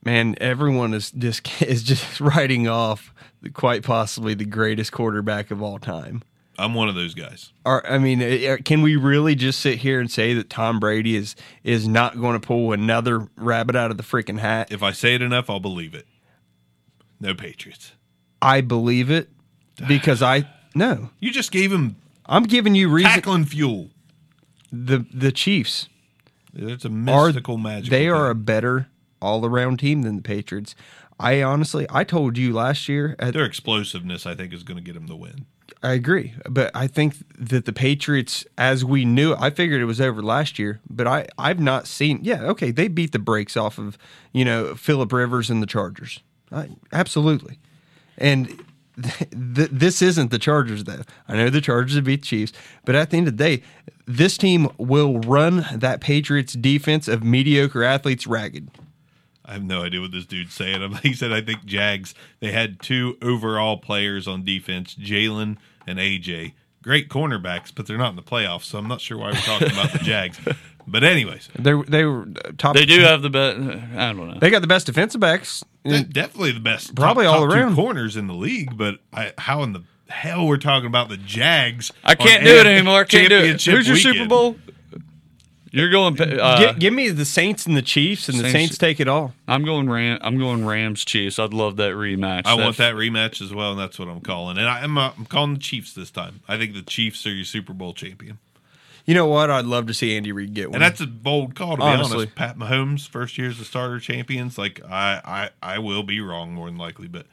Man, everyone is just is just writing off the- quite possibly the greatest quarterback of all time.
I'm one of those guys.
Are, I mean, uh, can we really just sit here and say that Tom Brady is is not going to pull another rabbit out of the freaking hat?
If I say it enough, I'll believe it. No Patriots.
I believe it because I no,
You just gave him
I'm giving you reason.
tackling fuel.
The the Chiefs
It's a
are
mystical magic.
they are a better all around team than the Patriots. I honestly, I told you last year at
Their explosiveness, I think, is going to get them the win.
I agree, but I think that the Patriots, as we knew, I figured it was over last year, but I I've not seen. Yeah, okay, they beat the brakes off of you know Philip Rivers and the Chargers, I, absolutely, and th- th- this isn't the Chargers though. I know the Chargers have beat the Chiefs, but at the end of the day, this team will run that Patriots defense of mediocre athletes ragged.
I have no idea what this dude's saying. I'm- He said, I think Jags, they had two overall players on defense, Jalen and AJ. Great cornerbacks, but they're not in the playoffs, so I'm not sure why we're talking about the Jags. But, anyways,
They they were uh, top.
they do have the best. I don't know.
They got the best defensive backs.
they're definitely the best, top-
Probably all
top two
around.
corners in the league. But I, how in the hell we're talking about the Jags?
I can't
on
do it
a
anymore. I can't do it. Who's
championship
your Super
weekend?
Bowl? You're going. pa- Uh,
Gi- give me the Saints and the Chiefs, and the
Saints-
Saints take it all.
I'm going Ram. I'm going Rams Chiefs. I'd love that rematch.
I want that rematch as well, and that's what I'm calling. And I, I'm, uh, I'm calling the Chiefs this time. I think the Chiefs are your Super Bowl champion.
You know what? I'd love to see Andy Reid get one.
And that's a bold call to be
Honestly.
honest. Pat Mahomes, first year as the starter champions. Like I, I, I will be wrong more than likely, but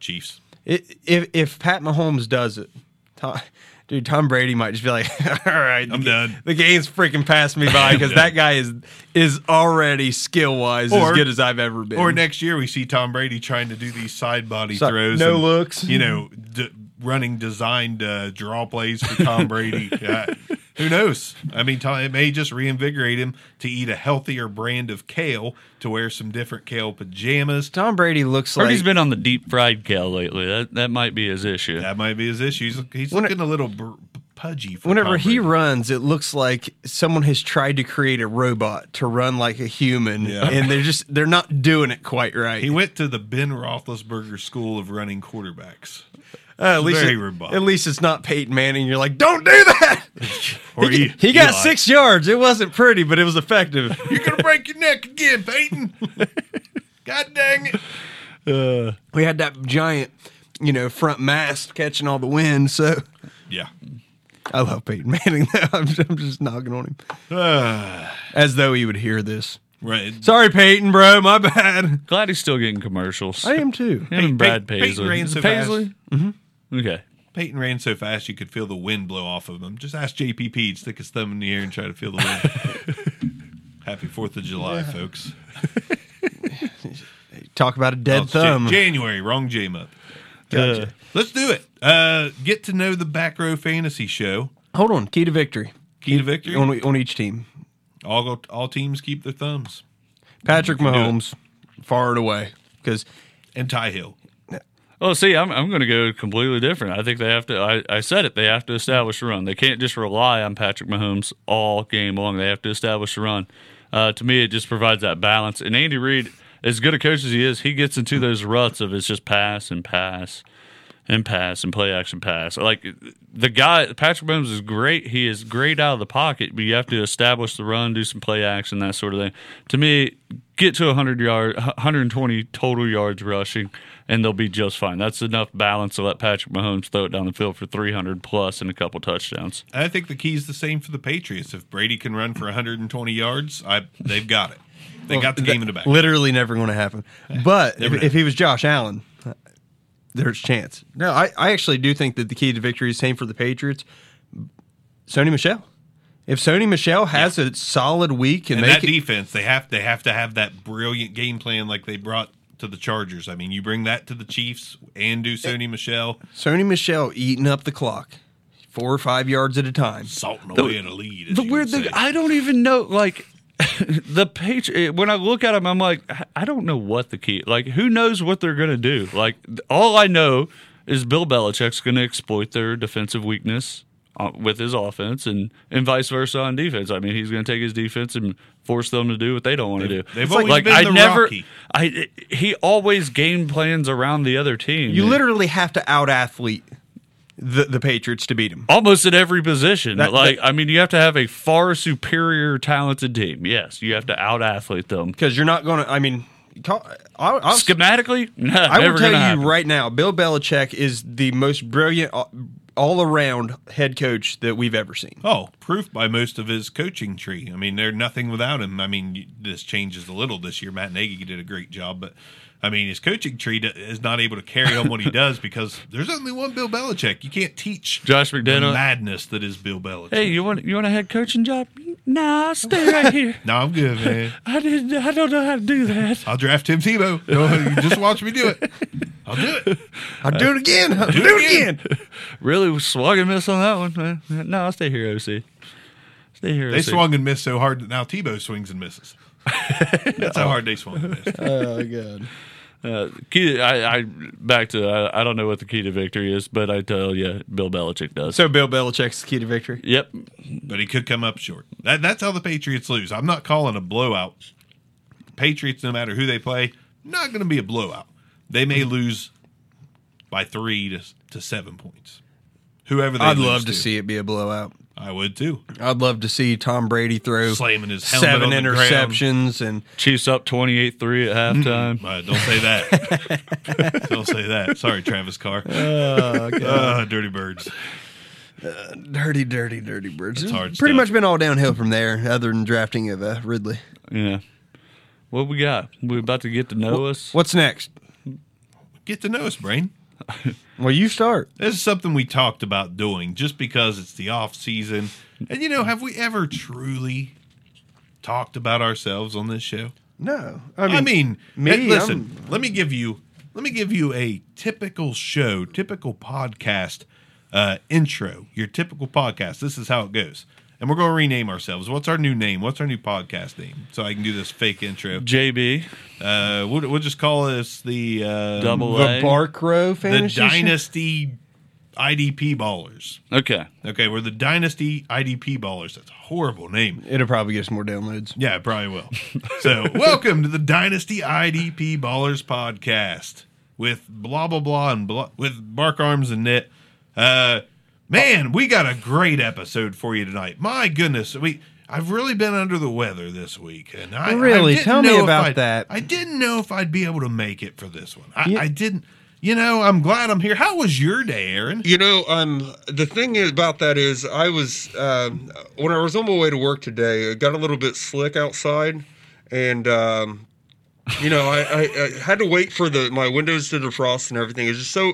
Chiefs.
I- if if Pat Mahomes does it, Tom, dude, Tom Brady might just be like, all right, the
I'm
ga-
done."
The game's freaking passed me by because that guy is is already skill wise as
Or-
good as I've ever been.
Or next year we see Tom Brady trying to do these side body
So-
throws,
no looks.
You know, d- running designed uh, draw plays for Tom Brady. Uh, who knows? I mean, Tom, it may just reinvigorate him to eat a healthier brand of kale, to wear some different kale pajamas.
Tom Brady looks
Heard
like
he's been on the deep fried cal lately. That that might be his issue.
That might be his issue. He's, he's
When-
looking a little br- pudgy. For
Whenever
Tom
he
Brady.
runs, it looks like someone has tried to create a robot to run like a human,
Yeah.
and they're just they're not doing it quite right.
he went to the Ben Roethlisberger School of Running Quarterbacks.
Uh, at least
very
it-
robotic.
at least it's not Peyton Manning. You're like, don't do that.
Or
he,
E-
he got
Eli.
six yards. It wasn't pretty, but it was effective.
You're gonna break your neck again, Peyton. God dang it!
we had that giant, you know, front mast catching all the wind. So
Yeah.
I love Peyton Manning. Though I'm, just- I'm just knocking on him as though he would hear this.
Right.
Sorry, Peyton, bro. My bad.
Glad he's still getting commercials.
I am too.
Him and
Pey-
Brad
Pey-
Paisley.
Peyton ran
Is
so
it
fast.
Paisley? Mm-hmm. Okay.
Peyton ran so fast you could feel the wind blow off of him. Just ask JPP to stick his thumb in the air and try to feel the wind. Happy Fourth of July, folks.
Talk about a dead
Oh, it's Ja-
thumb.
January, wrong J month.
Gotcha.
Let's do it. Uh, get to know the back row fantasy show.
Hold on. Key to victory
Key to victory.
on, on each team.
All go, all teams keep their thumbs.
Patrick
do it.
Mahomes, far and away. Because
And Ty Hill.
Oh, see, I'm I'm going to go completely different. I think they have to. I, I said it. They have to establish a run. They can't just rely on Patrick Mahomes all game long. They have to establish a run. Uh, to me, it just provides that balance. And Andy Reid, as good a coach as he is, he gets into those ruts of it's just pass and pass and pass and play action pass. Like the guy, Patrick Mahomes is great. He is great out of the pocket, but you have to establish the run, do some play action, that sort of thing. To me, get to 100 yard, 120 total yards rushing, and they'll be just fine. That's enough balance to let Patrick Mahomes throw it down the field for 300 plus and a couple touchdowns.
I think the key's the same for the Patriots. If Brady can run for 120 yards, I they've got it. They got the game in the back.
Literally never going to happen. But if,
Never
if he was Josh Allen, there's chance. No, I, I actually do think that the key to victory is same for the Patriots. Sony Michelle. If Sony Michelle has a solid week and,
and
they
that
can-
defense they have they have to have that brilliant game plan like they brought to the Chargers. I mean, you bring that to the Chiefs and do Sony Michelle
Sony Michelle eating up the clock, four or five yards at a time.
salting away at a lead. as
the
you
weird
would
thing
say.
i don't even know like the patri when i look at him i'm like I- i don't know what the key like who knows what they're gonna do like th- all i know is bill belichick's gonna exploit their defensive weakness uh, with his offense and and vice versa on defense i mean he's gonna take his defense and force them to do what they don't want to do
they've
It's like-
always
like,
been
i
the
never
Rocky.
i he always game plans around the other team
You literally have to out athlete the, the Patriots to beat him.
almost at every position.
That-
like, I mean, you have to have a far superior talented team. Yes, you have to out athlete them.
Because you're not going to, I mean, call, I'll, I'll,
Schematically, no,
I
never
will tell
gonna
you
happen.
right now, Bill Belichick is the most brilliant all around head coach that we've ever seen.
Oh, proof by most of his coaching tree. I mean, they're nothing without him. I mean, you- this changes a little this year. Matt Nagy did a great job, but I mean, his coaching tree d- is not able to carry on what he does because there's only one Bill Belichick. You can't teach
Josh
the
McDaniel.
madness that is Bill Belichick.
Hey, you want you want a head coaching job? Nah, I'll stay right here.
No, I'm good, man.
I did. I don't know how to do that.
I'll draft Tim Tebow. No, you just watch me do it. I'll do it.
I'll do it again. I'll
do
do,
it
it again.
Really swung and miss on that one. Uh, No, I'll stay here, OC. Stay here.
They
OC.
swung and missed so hard that now Tebow swings and misses. That's how hard they swung and missed.
Oh, God.
Uh, key. I, I back to. I, I don't know what the key to victory is, but I tell you, Bill Belichick does.
So Bill Belichick's the key to victory.
yep.
But he could come up short. That, that's how the Patriots lose. I'm not calling a blowout. Patriots, no matter who they play, not going to be a blowout. They may lose by three to, to seven points. Whoever they
I'd
lose
love to see it be a blowout.
I would too.
I'd love to see Tom Brady throw
Slamming his helmet
seven
on the ground.
interceptions and
Chiefs up twenty eight three at halftime.
Uh, don't say that. don't say that. Sorry, Travis Carr.
Oh,
Uh, dirty birds.
dirty, dirty, dirty birds. It's
hard
pretty
stuff.
much been all downhill from there, other than drafting of uh, Ridley.
Yeah. What we got? We about to get to know us.
What's next?
Get to know us, brain.
Well, you start.
This is something we talked about doing just because it's the off season. And you know, have we ever truly talked about ourselves on this show?
No,
I mean,
me,
hey, listen,
I'm-
let me give you let me give you a typical show, typical podcast uh, intro. Your typical podcast. This is how it goes. And we're going to rename ourselves. What's our new name? What's our new podcast name? So I can do this fake intro.
JB,
Uh, we'll, we'll just call this the um,
double
the
A.
Bark Row
the
fantasy. show?
Dynasty IDP Ballers.
Okay.
Okay, we're the Dynasty IDP Ballers. That's a horrible name.
It'll probably get us more downloads.
Yeah, it probably will. so, welcome to the Dynasty IDP Ballers podcast with blah blah blah and blah, with Bark Arms and Knit. Uh, man, we got a great episode for you tonight. My goodness, we. I've really been under the weather this week, and I I
Really?
didn't
Tell me
know if
about
I'd-
that.
I didn't know if I'd be able to make it for this one. I,
Yeah.
I didn't. You know, I'm glad I'm here. How was your day, Aaron?
You know, um, the thing is about that is I was um, when I was on my way to work today. It got a little bit slick outside, and um, you know, I, I, I had to wait for the my windows to defrost and everything. It's just so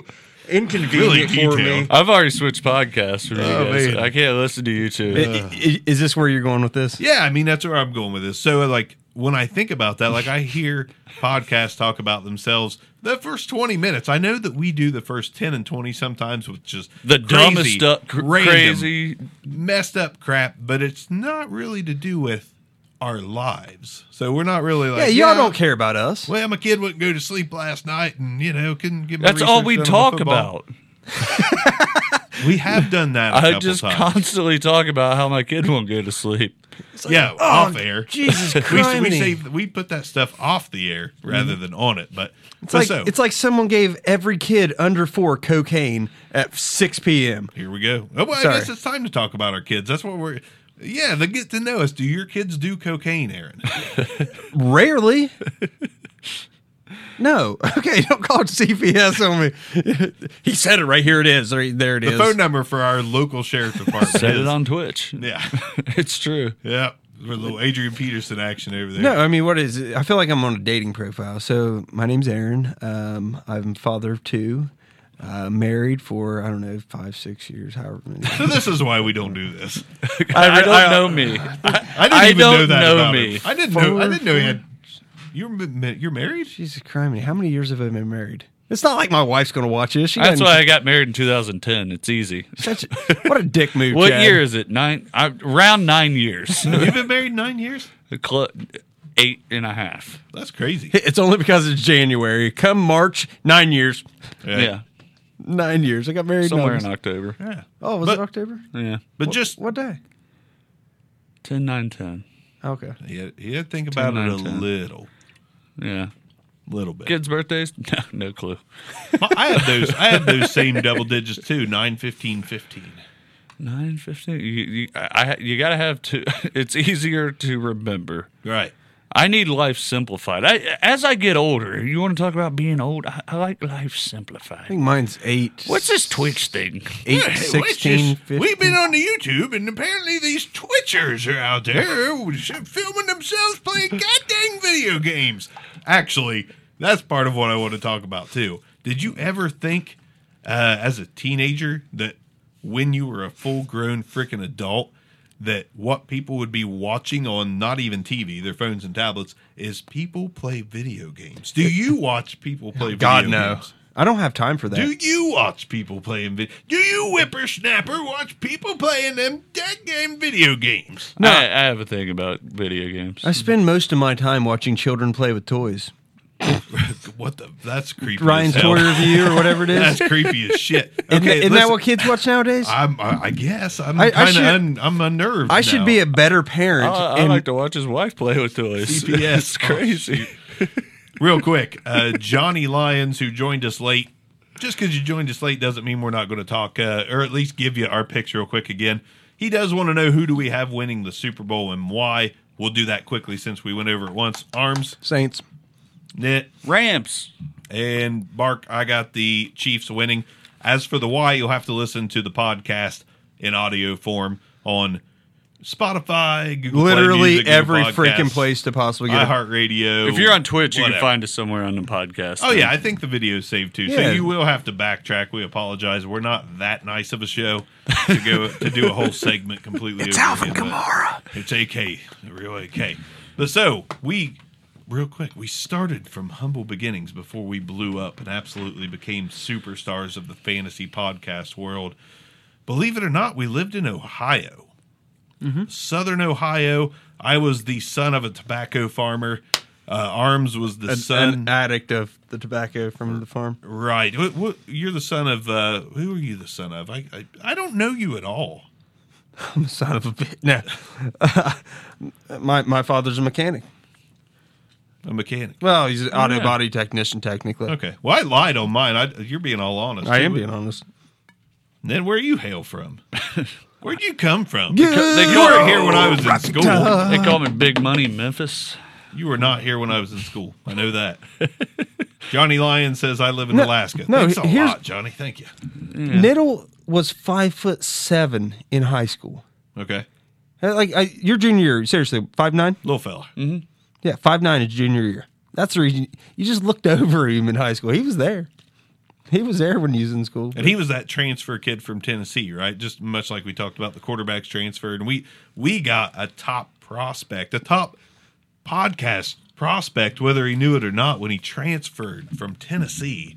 inconvenient
Really
for me.
detailed.
I've already switched podcasts for you guys.
Oh, man.
I can't listen to you two.
I- i- is this where you're going with this?
Yeah, I mean that's where I'm going with this. So like when I think about that, like I hear podcasts talk about themselves the first 20 minutes. I know that we do the first 10 and 20 sometimes with just
the dumbest
crazy,
stuff, cr-
random,
crazy.
messed up crap, but it's not really to do with our lives. So we're not really
Yeah,
like
y'all don't care about us.
Well, my kid wouldn't go to sleep last night, and you know couldn't get. my
That's all
research
we
done on the
talk
football."
about.
We have done that. a
I
couple
just
times.
constantly talk about how my kid won't go to sleep.
yeah,
Oh,
off air.
Jesus
we,
Christ.
we save we put that stuff off the air rather than on it. But
Mm-hmm. It's like, it's like someone gave every kid under four cocaine at 6 p.m.
here we go. Oh, well, I
Sorry.
guess it's time to talk about our kids. That's what we're. Yeah, they get to know us. Do your kids do cocaine, Aaron?
Rarely. no. Okay, don't call CPS on me. he said it right here. It is. Right, there it
The
is.
phone number for our local sheriff's department.
Said
is-
it on Twitch.
Yeah,
It's true.
yeah. We're a little Adrian Peterson action over there.
No, I mean, what is it? I feel like I'm on a dating profile. So my name's Aaron. Um, I'm father of two, uh, married for I don't know five, six years, however many.
So this is why we don't do this.
I, don't
I-
know me.
I didn't
I
even know
don't
that
know
about
me.
him. I didn't know. I
Forward,
didn't know he had. You're ma- you're married.
Jesus Christ, how many years have I been married? It's not like my wife's going to watch this. She
That's
doesn't-
why I got married in 2010. It's easy.
Such a- what a dick move.
What
Chad.
year is it? Nine. I, around nine years.
You've been married nine years.
Cl- Eight and a half.
That's crazy.
It's only because it's January. Come March, nine years.
Yeah.
Nine years. I got married
Somewhere
nine-
in October.
Yeah.
Oh, was
But-
it October?
Yeah.
But just
What day?
10, 9, 10.
Okay.
you had, you had to think about it a
10.
little,
Yeah.
little bit.
Kids' birthdays? No, no clue.
I have those. I have those same double digits too. Nine, fifteen, fifteen.
Nine fifteen. You you, I, I- you gotta have two. It's easier to remember.
Right.
I need life simplified. I, as I get older, you want to talk about being old? I, I like life
I
simplified.
think mine's eight.
What's this Twitch thing?
Eight,
Hey, let's
16,
just- We've
15.
been on the YouTube, and apparently these Twitchers are out there filming themselves playing goddamn video games. Actually, that's part of what I want to talk about too. Did you ever think, uh, as a teenager, that when you were a full-grown freaking adult, that what people would be watching on not even TV, their phones and tablets, is people play video games? Do you watch people play?
God
video
no.
Games?
I don't have time for that.
Do you watch people playing video? Do you whippersnapper watch people playing them dead game video games?
No, I, I have a thing about video games.
I spend most of my time watching children play with toys.
What the? That's creepy.
Ryan's
as hell.
toy review or whatever it is.
That's creepy as shit. Okay,
Isn't, that- isn't that
listen,
what kids watch nowadays? I,
I'm, I I guess I'm
I- I
kind of
should-
un, I'm unnerved.
should be a better parent.
I, Uh, I
and
like to watch his wife play with toys.
CPS.
it's
Oh,
crazy.
real quick. Uh, Johnny Lyons, who joined us late. Just because you joined us late doesn't mean we're not going to talk, uh, or at least give you our picks real quick again. He does want to know who do we have winning the Super Bowl and why. We'll do that quickly since we went over it once. Arms,
Saints.
knit,
Ramps.
And Bark, I got the Chiefs winning. As for the why, you'll have to listen to the podcast in audio form on Spotify, Google Play
Literally
Music, Google
every freaking
Podcasts,
place to possibly get. a-
iHeartRadio.
If you're on Twitch, you
whatever.
can find us somewhere on the podcast.
Oh yeah, I think the video's saved too. So
Yeah.
you will have to backtrack. We apologize. We're not that nice of a show to go to do a whole segment completely.
It's
over
Alpha
again, but
Gamora.
It's AK, the real AK. But so we, real quick, we started from humble beginnings before we blew up and absolutely became superstars of the fantasy podcast world. Believe it or not, we lived in Ohio southern Ohio. I was the son of a tobacco farmer. Uh, Arms was the son.
an addict of the tobacco from the farm.
right. What, what, you're the son of. Uh, who are you the son of? I, I I don't know you at all.
Son of a bitch. No. my my father's a mechanic.
A mechanic.
Well, he's an auto body technician technically.
Okay. Well, I lied on mine. I, you're being all honest.
I
too.
am being honest.
Then where you hail from? Where'd you come from?
they
You
call,
weren't here when I was in school.
they call me Big Money Memphis.
You were not here when I was in school. I know that. Johnny Lyon says I live in Alaska.
no,
Thanks a
here's-
lot, Johnny. Thank you.
Niddle was five foot seven in high school.
Okay.
Uh, Like I, your junior year, seriously, five nine.
Little fella.
Yeah, five nine is junior year. That's the reason you just looked over him in high school. He was there. He was there when he was in school.
And he was that transfer kid from Tennessee, right? Just much like we talked about the quarterbacks transferred, and we we got a top prospect, a top podcast prospect, whether he knew it or not, when he transferred from Tennessee.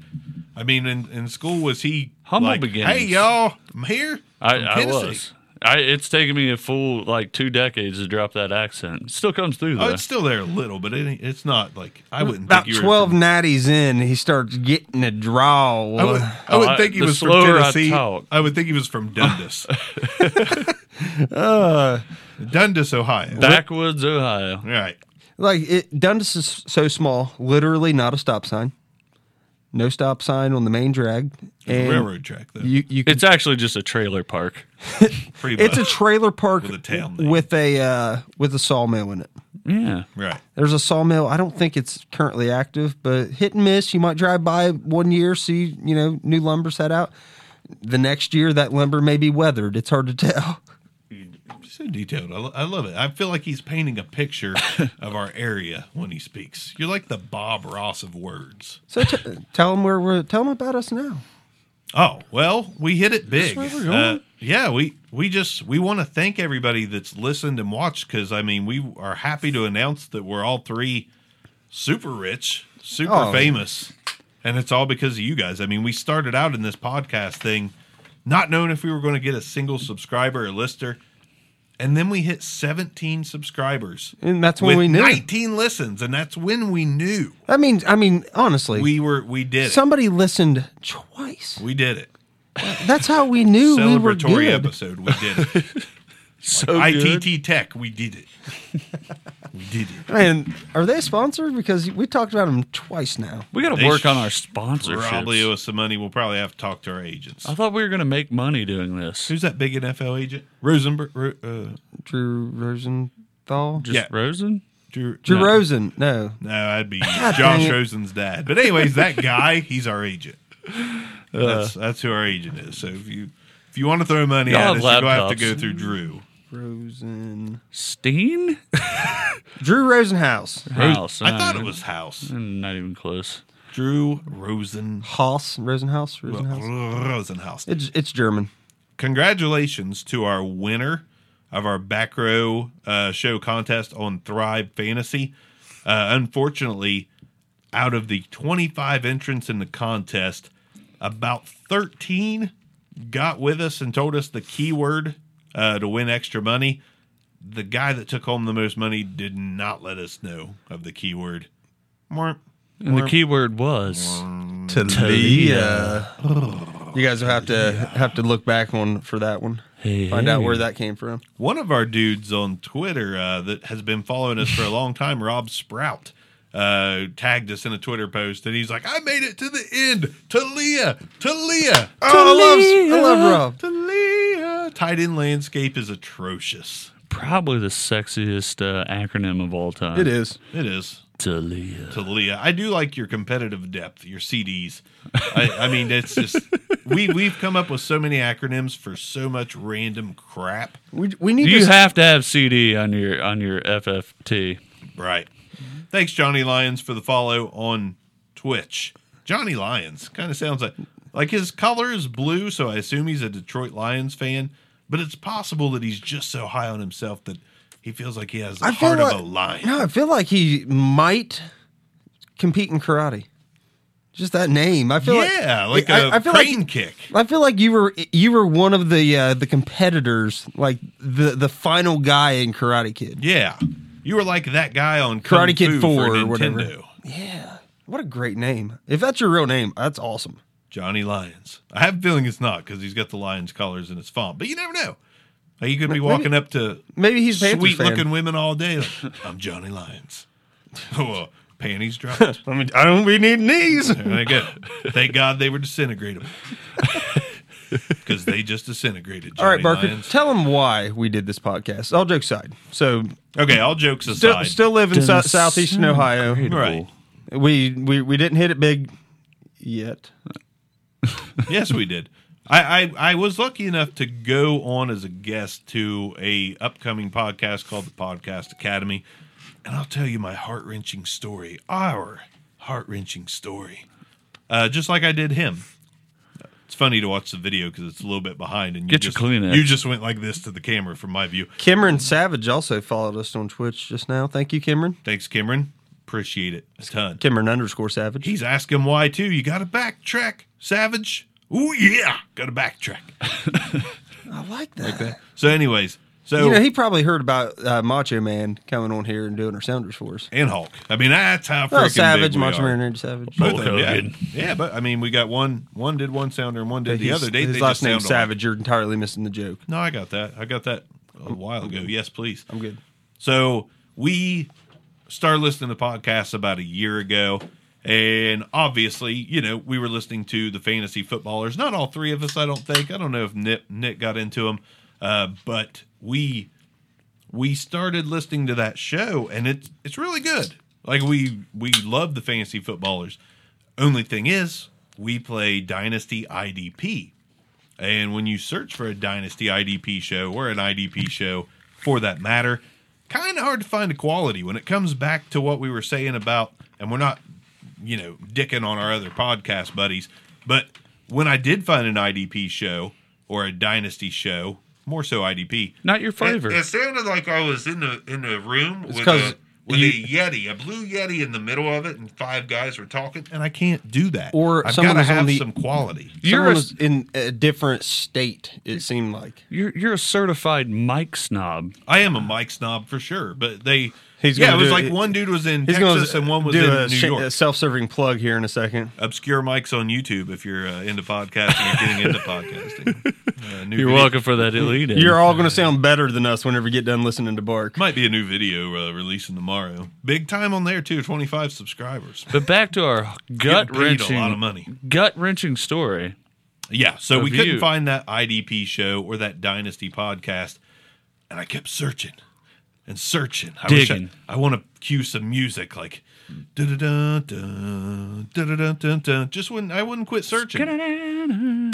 I mean, in, in school was he
Humble
like,
beginnings.
Hey y'all, I'm here.
I,
from
I
Tennessee."
was. I, it's taken me a full like two decades to drop that accent. It still comes through though.
Oh, it's still there a little, but it, ain't- it's not like I wouldn't
About
think you were
twelve
from-
natties in, he starts getting a draw.
I would, I
Oh,
would
I-
think he
the
was from
slower I
Tennessee. I,
talk.
would think he was from Dundas, Uh, Dundas, Ohio.
Backwoods, Ohio.
All right.
Like it, Dundas is so small, literally not a stop sign, no stop sign on the main drag, and
railroad track though.
you you can,
It's actually just a trailer park.
pretty
it's a
much.
trailer park
With a
with
town
a
name.
with a, uh, with a sawmill in it.
Yeah.
right.
There's a sawmill. I don't think it's currently active, but hit and miss. You might drive by one year, see you know new lumber set out. The next year, that lumber may be weathered. It's hard to tell.
So detailed. I, lo- I love it. I feel like he's painting a picture of our area when he speaks. You're like the Bob Ross of words.
So t- tell them where we're. Tell them about us now.
Oh well, we hit it big.
where we're going?
Uh, yeah, we we just we want to thank everybody that's listened and watched because I mean we are happy to announce that we're all three super rich, super
Oh.
famous, and it's all because of you guys. I mean, we started out in this podcast thing, not knowing if we were going to get a single subscriber or listener, and then we hit 17 subscribers.
And that's
with
when we knew.
19 listens, and that's when we knew
I mean, I mean, honestly,
we were we did it.
somebody listened twice.
We did it.
That's how we knew we were
Celebratory
good.
episode. We did it.
So good.
ITT Tech, we did it. we did it.
And are they sponsored? Because we talked about them twice now.
We got
They
to work on our
sh-
sponsorships.
Probably owe us some money. We'll probably have to talk to our agents.
I thought we were going to make money doing this.
Who's that big NFL agent? Rosenberg. Ro- Uh,
Drew Rosenthal.
Just
Yeah.
Rosen?
Drew,
Drew
no.
Rosen. No,
No, that'd be
dang
Josh
it.
Rosen's dad. But anyways, that guy, he's our agent. That's that's who our agent is. So if you if you want to throw money
Y'all
at
have
us, you're gonna have to
laptops.
go through Drew.
Rosen.
Steen?
Drew Rosenhaus.
House.
I thought it was House.
Not even close.
Drew Rosen
Haas. Rosenhaus. Rosenhaus.
Rosenhaus.
It's it's German.
congratulations to our winner of our back row uh, show contest on Thrive Fantasy. Uh, unfortunately, out of the 25 entrants in the contest, about 13 got with us and told us the keyword uh, to win extra money. The guy that took home the most money did not let us know of the keyword. Mwah.
And the keyword was
Talia. You guys will have to have to look back on for that one. Find out where that came from.
One of our dudes on Twitter uh, that has been following us for a long time, Rob Sprout, uh, tagged us in a Twitter post, and he's like, "I made it to the end, Talia, Talia,
Oh, I love I love Rob.
Talia." Tight end landscape is atrocious.
probably the sexiest uh, acronym of all time.
It is.
It is
Talia.
Talia. I do like your competitive depth, your CDs. I, I mean, it's just we we've come up with so many acronyms for so much random crap.
We, we need
Do you
to
have to have CD on your on your FFT?
Right. Thanks, Johnny Lyons, for the follow on Twitch. Johnny Lyons kind of sounds like like his color is blue, so I assume he's a Detroit Lions fan. But it's possible that he's just so high on himself that he feels like he has the
I feel
heart
like,
of a lion.
No, I feel like he might compete in karate. Just that name. I feel
yeah, like,
I
a
I feel
crane
like
kick.
I feel like you were you were one of the uh, the competitors, like the the final guy in Karate Kid.
Yeah, you were like that guy on
Karate
Kung
Kid
Fu
4
for
or whatever.
Nintendo.
What a great name! If that's your real name, that's awesome.
Johnny Lyons. I have a feeling it's not because he's got the Lions colors in his font, but you never know. Like, you could be walking up to
Maybe he's a Panthers
sweet
fan.
looking women all day. like, I'm Johnny Lyons. Oh, panties dropped.
I mean, I don't be needing these.
There they go. Thank God they were disintegrated. Because they just disintegrated. Johnny
All right, Barker,
Lyons.
tell him why we did this podcast. All jokes aside, so
okay, all jokes
still,
aside.
still live in sou-
Dennis-
southeastern Ohio.
right.
We we we didn't hit it big yet.
yes, we did. I, I I was lucky enough to go on as a guest to a upcoming podcast called the Podcast Academy, and I'll tell you my heart wrenching story. Our heart wrenching story, uh, just like I did him. It's funny to watch the video because it's a little bit behind, and you
Get your
just
Kleenex.
you just went like this to the camera from my view.
Cameron Savage also followed us on Twitch just now. Thank you, Cameron.
Thanks, Cameron. Appreciate it a ton.
Cameron underscore Savage.
He's asking why too. You got to backtrack, Savage. Ooh yeah, got to backtrack.
I like that.
So, anyways, so
You know, he probably heard about uh, Macho Man coming on here and doing our sounders for us.
and Hulk. I mean, that's how freaking
Oh, Savage,
big we
Macho
are.
Man, and Savage.
Both
Hulk
of them,
Hogan.
yeah. yeah, but I mean, we got one. One did one sounder, and one did the
He's-
other. They,
his
they
last
just
name
sound alike.
Savage. You're entirely missing the joke.
No, I got that. I got that a while ago. Yes, please.
I'm good.
So we started listening to podcasts about a year ago. And obviously, you know, we were listening to the fantasy footballers. Not all three of us, I don't think. I don't know if Nick, Nick got into them, uh, but we we started listening to that show, and it's it's really good. Like we we love the fantasy footballers. Only thing is, we play Dynasty IDP, and when you search for a Dynasty IDP show or an IDP show for that matter, kind of hard to find a quality when it comes back to what we were saying about, and we're not, you know, dicking on our other podcast buddies, but when I did find an IDP show or a Dynasty show, more so IDP,
Not your flavor.
It, it sounded like I was in the in the room with
'cause
a with
you-
a Yeti, a blue Yeti in the middle of it, and five guys were talking, and I can't do that.
Or
I've
someone
got to
was on
have
the-
some quality.
you're
Someone
a,
was in a different state. It seemed like
you're you're a certified mic snob.
I am a mic snob for sure, but they.
He's
yeah,
gonna
it was
do-
like one dude was in
he's
Texas
gonna
and one was
do
in
a,
New
sh-
York.
a self-serving plug here in a second.
Obscure mics on YouTube if you're uh, into podcasting or getting into podcasting. Uh, new
You're
video-
welcome for that elite.
You're all going to sound better than us whenever you get done listening to Bark.
Might be a new video uh, releasing tomorrow. Big time on there too. Twenty five subscribers.
But back to our
Getting
gut
paid a lot of
wrenching,
money.
gut wrenching story.
Yeah, so we
Of
couldn't
you.
find that IDP show or that Dynasty podcast, and I kept searching and searching. I wish I-
Digging.
I, want to cue some music like da da da da da da da. Just wouldn't I wouldn't quit searching. Bum,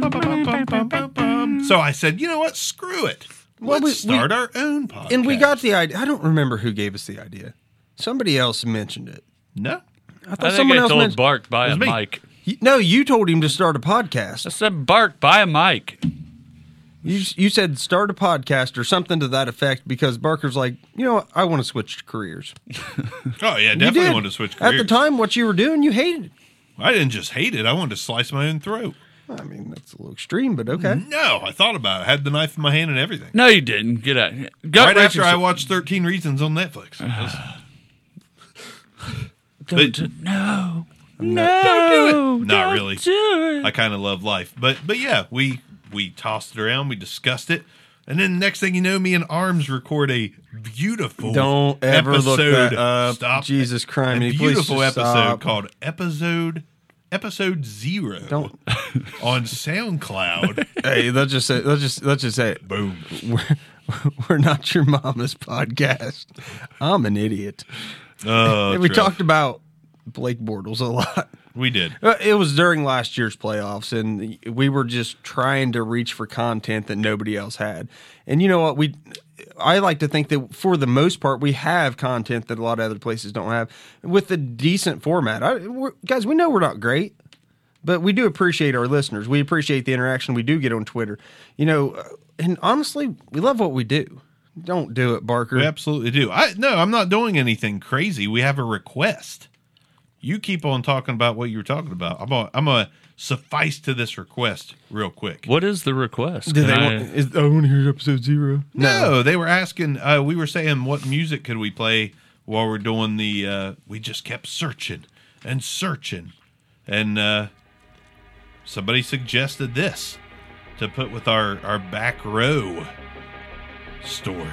bum, bum, bum, bum, bum. So I said, you know what? Screw it.
Well,
Let's
we- we-
start our own podcast.
And we got the idea. I don't remember who gave us the idea. Somebody else mentioned it.
no.
I thought
I think
someone
I
else
told
mentioned.
Bark buy a
was me.
mic.
You- no, you told him to start a
I
podcast.
said Bark buy a mic.
You you said start a podcast or something to that effect because Barker's like, you know, what? I want to switch careers. You
Oh yeah, definitely
did.
wanted to switch
At
careers.
the time, what you were doing, you hated. it.
I didn't just hate it. I wanted to slice my own throat.
I mean, that's a little extreme, but okay.
No, I thought about it. I had the knife in my hand and everything.
No, you didn't. Get out. Gut
right after
wrenching.
I watched 13 Reasons on Netflix.
Uh-huh.
I was-
Don't- no, no, don't do it.
Not really. I kind of love life, but but yeah, we we tossed it around, we discussed it, and then next thing you know, me and Arms record a beautiful
Don't ever look
episode.
that up.
Stop
Jesus Christ,
a
please
beautiful
just
episode
stop.
called episode episode zero
Don't.
on SoundCloud.
hey, let's just say, let's just let's just say, it.
Boom.
we're, we're not your mama's podcast. I'm an idiot.
Oh,
Hey, we
Trev.
talked about Blake Bortles a lot.
Oh, We did.
Uh, It was during last year's playoffs, and we were just trying to reach for content that nobody else had. And you know what? We, I like to think that for the most part, we have content that a lot of other places don't have with a decent format. I, we're, guys, we know we're not great, but we do appreciate our listeners. We appreciate the interaction we do get on Twitter. You know, uh, and honestly, we love what we do. Don't do it, Barker.
We absolutely do. I no, I'm not doing anything crazy. We have a request. You keep on talking about what you were talking about. I'm gonna, I'm gonna suffice to this request real quick.
What is the request?
Do
Can
they
I-
want, is, I want to hear episode zero.
No, they were asking. Uh, we were saying what music could we play while we're doing the. Uh, we just kept searching and searching, and uh, somebody suggested this to put with our our back row story.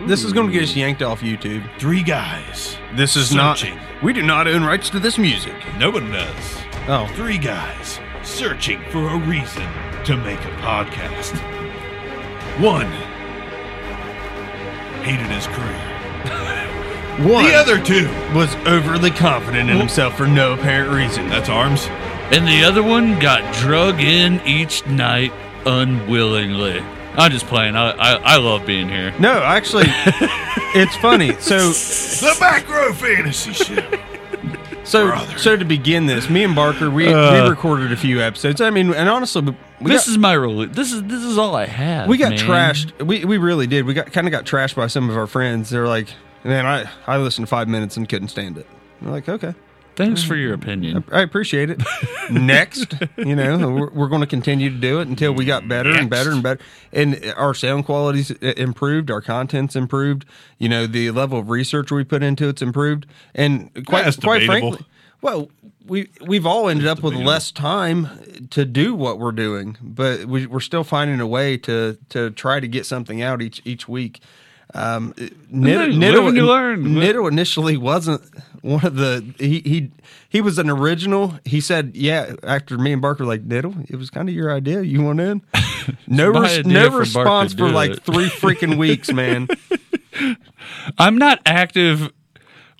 This is going to get us yanked off YouTube.
Three guys.
This is
Searching.
not. We do not own rights to this music.
No one does.
Oh,
Three guys searching for a reason to make a podcast. One hated his career.
one
The other two.
was overly confident in himself for no apparent reason.
That's arms.
And the other one got drug in each night unwillingly. I'm just playing. I I, I love being here.
No, actually, it's funny. So,
The back row fantasy show.
so,
Brother.
so to begin this, me and Barker, we, we recorded a few episodes. I mean, and honestly, we
Uh. this
got,
is my release. This is this is all I have.
we got
man.
trashed. We we really did. We got kind of got trashed by some of our friends. They're like, man, I I listened to five minutes and couldn't stand it. We're like, okay.
Thanks for your opinion.
I appreciate it. Next, you know, we're, we're going to continue to do it until we got better and better and better. And our sound quality's uh, improved, our content's improved. You know, the level of research we put into it's improved. And quite
That's
quite
debatable.
frankly, well, we we've all ended up with less time to do what we're doing, but we, we're still finding a way to to try to get something out each each week. Um, Nitto,
then live and you learn.
Nitto initially wasn't one of the he he he was an original. He said, "Yeah." After me and Barker, were like Nitto, it was kind of your idea. You went in. No,
my
res-
idea
no
for Barker
response
to
for
do
like
it.
three freaking weeks, man.
I'm not active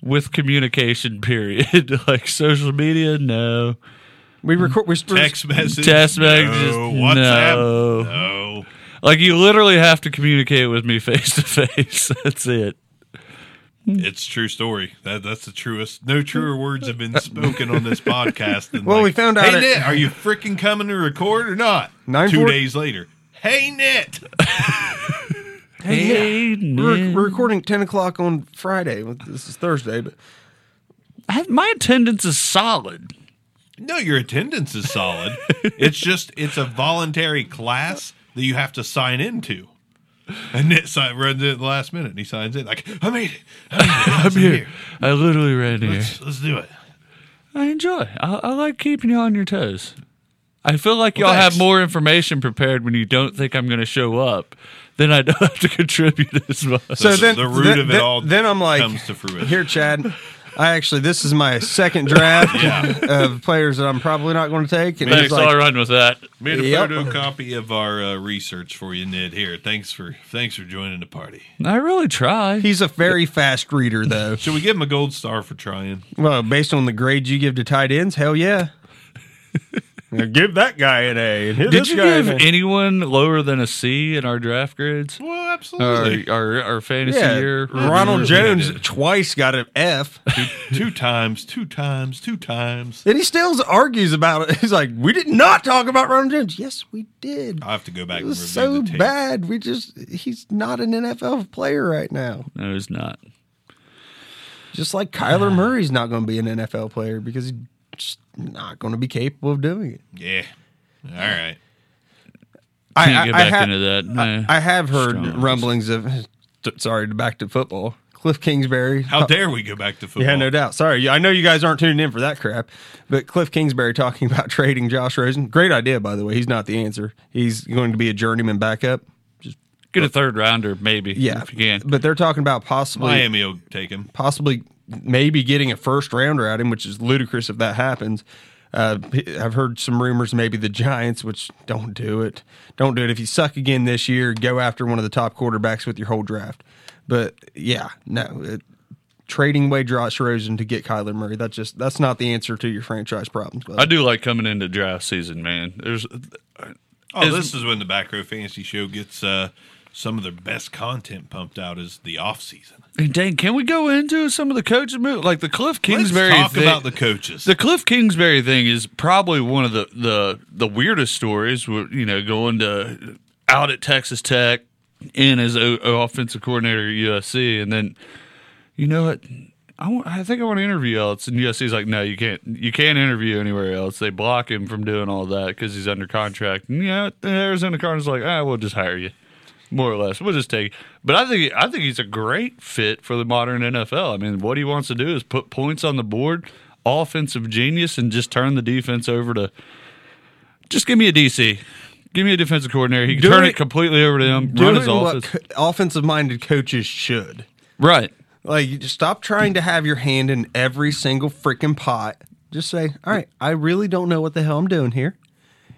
with communication. Period. like social media, no.
We record. We
Text message.
Text messages,
No. WhatsApp.
no.
No.
Like you literally have to communicate with me face to face. That's it.
It's true story. That that's the truest. No truer words have been spoken on this podcast. Than
Well,
like,
we found out
Hey,
it-
Nit, are you freaking coming to record or not?
Nine
Two
four-
days later. Hey, Nit.
Hey,
We're,
man.
we're recording ten o'clock on Friday. Well, This is Thursday, but
I have- my attendance is solid.
No, your attendance is solid. it's just it's a voluntary class that you have to sign into. And Nit sign, runs in at the last minute and he signs in like, I made it. I made it. Guys, I'm here.
I literally ran here.
Let's, let's do it.
I enjoy. I, I like keeping you on your toes. I feel like
Well,
y'all
thanks.
have more information prepared when you don't think I'm going to show up. Then I don't have to contribute as much.
so
That's
then
the root
then,
of it
then-
all
Then I'm like,
comes to fruition.
here, Chad. I actually, this is my second draft of players that I'm probably not going to take. And he's
Thanks, I'll
like,
run with that.
Made a
Yep.
photocopy of our uh, research for you, Ned. Here, thanks for thanks for joining the party.
I really try.
he's a very fast reader, though.
Should we give him a gold star for trying?
Well, based on the grades you give to tight ends, hell yeah. Now give that guy an A. And hit
Did
this
you
guy an
give
A.
anyone lower than a C in our draft grades?
Well,
Our,
absolutely.
our, our fantasy
yeah,
year.
Ronald
Yeah, I
Jones
did.
twice got an F,
two, two times, two times, two times.
and he still argues about it. He's like, "We did not talk about Ronald Jones." Yes, we did.
I have to go back
It
and review
was so
the tape.
bad. We just—he's not an NFL player right now.
No, he's not.
Just like Kyler Murray's not going to be an NFL player because he's just not going to be capable of doing it.
Yeah. All right.
Can't
I,
get
I- I
back
ha-
into that. No.
I have heard
Strong arms.
rumblings of. t- Sorry, back to football. Cliff Kingsbury.
How dare we go back to football?
Yeah, no doubt. Sorry, I know you guys aren't tuning in for that crap, but Cliff Kingsbury talking about trading Josh Rosen. Great idea, by the way. He's not the answer. He's going to be a journeyman backup.
Get a third rounder, maybe.
Yeah,
If you can.
But they're talking about possibly,
Miami will take him.
possibly, maybe getting a first rounder at him, which is ludicrous if that happens. Uh, I've heard some rumors, maybe the Giants, which don't do it. Don't do it. If you suck again this year, go after one of the top quarterbacks with your whole draft. But yeah, no, it, trading away Josh Rosen to get Kyler Murray. That's just that's not the answer to your franchise problems. But
I do like coming into draft season, man. There's
Oh,
Is-
this is when the back row fantasy show gets uh, some of their best content pumped out is the off season.
And dang, can we go into some of the coaches move like the Cliff Kingsbury
Let's talk
thing?
about the coaches.
the Cliff Kingsbury thing is probably one of the the the weirdest stories. Where, you know, going to out at Texas Tech, in as o- offensive coordinator at USC, and then you know what? I want, I think I want to interview else, and USC's like, no, you can't. You can't interview anywhere else. They block him from doing all that because he's under contract. And yeah, the Arizona Cardinals are like, ah, we'll just hire you, more or less. We'll just take. But I think I think he's a great fit for the modern NFL. I mean, what he wants to do is put points on the board, offensive genius, and just turn the defense over to. Just give me a DC. Give me a defensive coordinator. He can turn
Doing-
it completely over to him. Run
doing
his
what
offense.
co- offensive-minded coaches should.
Right.
Like, you just stop trying to have your hand in every single freaking pot. Just say, all right, I really don't know what the hell I'm doing here.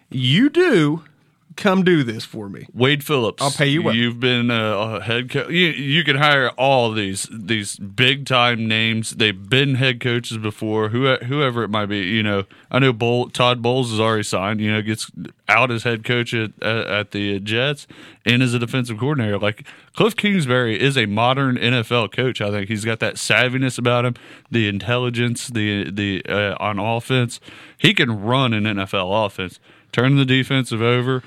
You do. Come do this for me.
Wade Phillips.
I'll pay you well.
You've been uh, a head coach. You, you can hire all these these big time names. They've been head coaches before. Who, whoever it might be, you know. I know Bowl, Todd Bowles is already signed. You know, gets out as head coach at, at, at the Jets and as a defensive coordinator. Like Cliff Kingsbury is a modern NFL coach. I think he's got that savviness about him, the intelligence, the the uh, on offense. He can run an NFL offense. Turn the defensive over.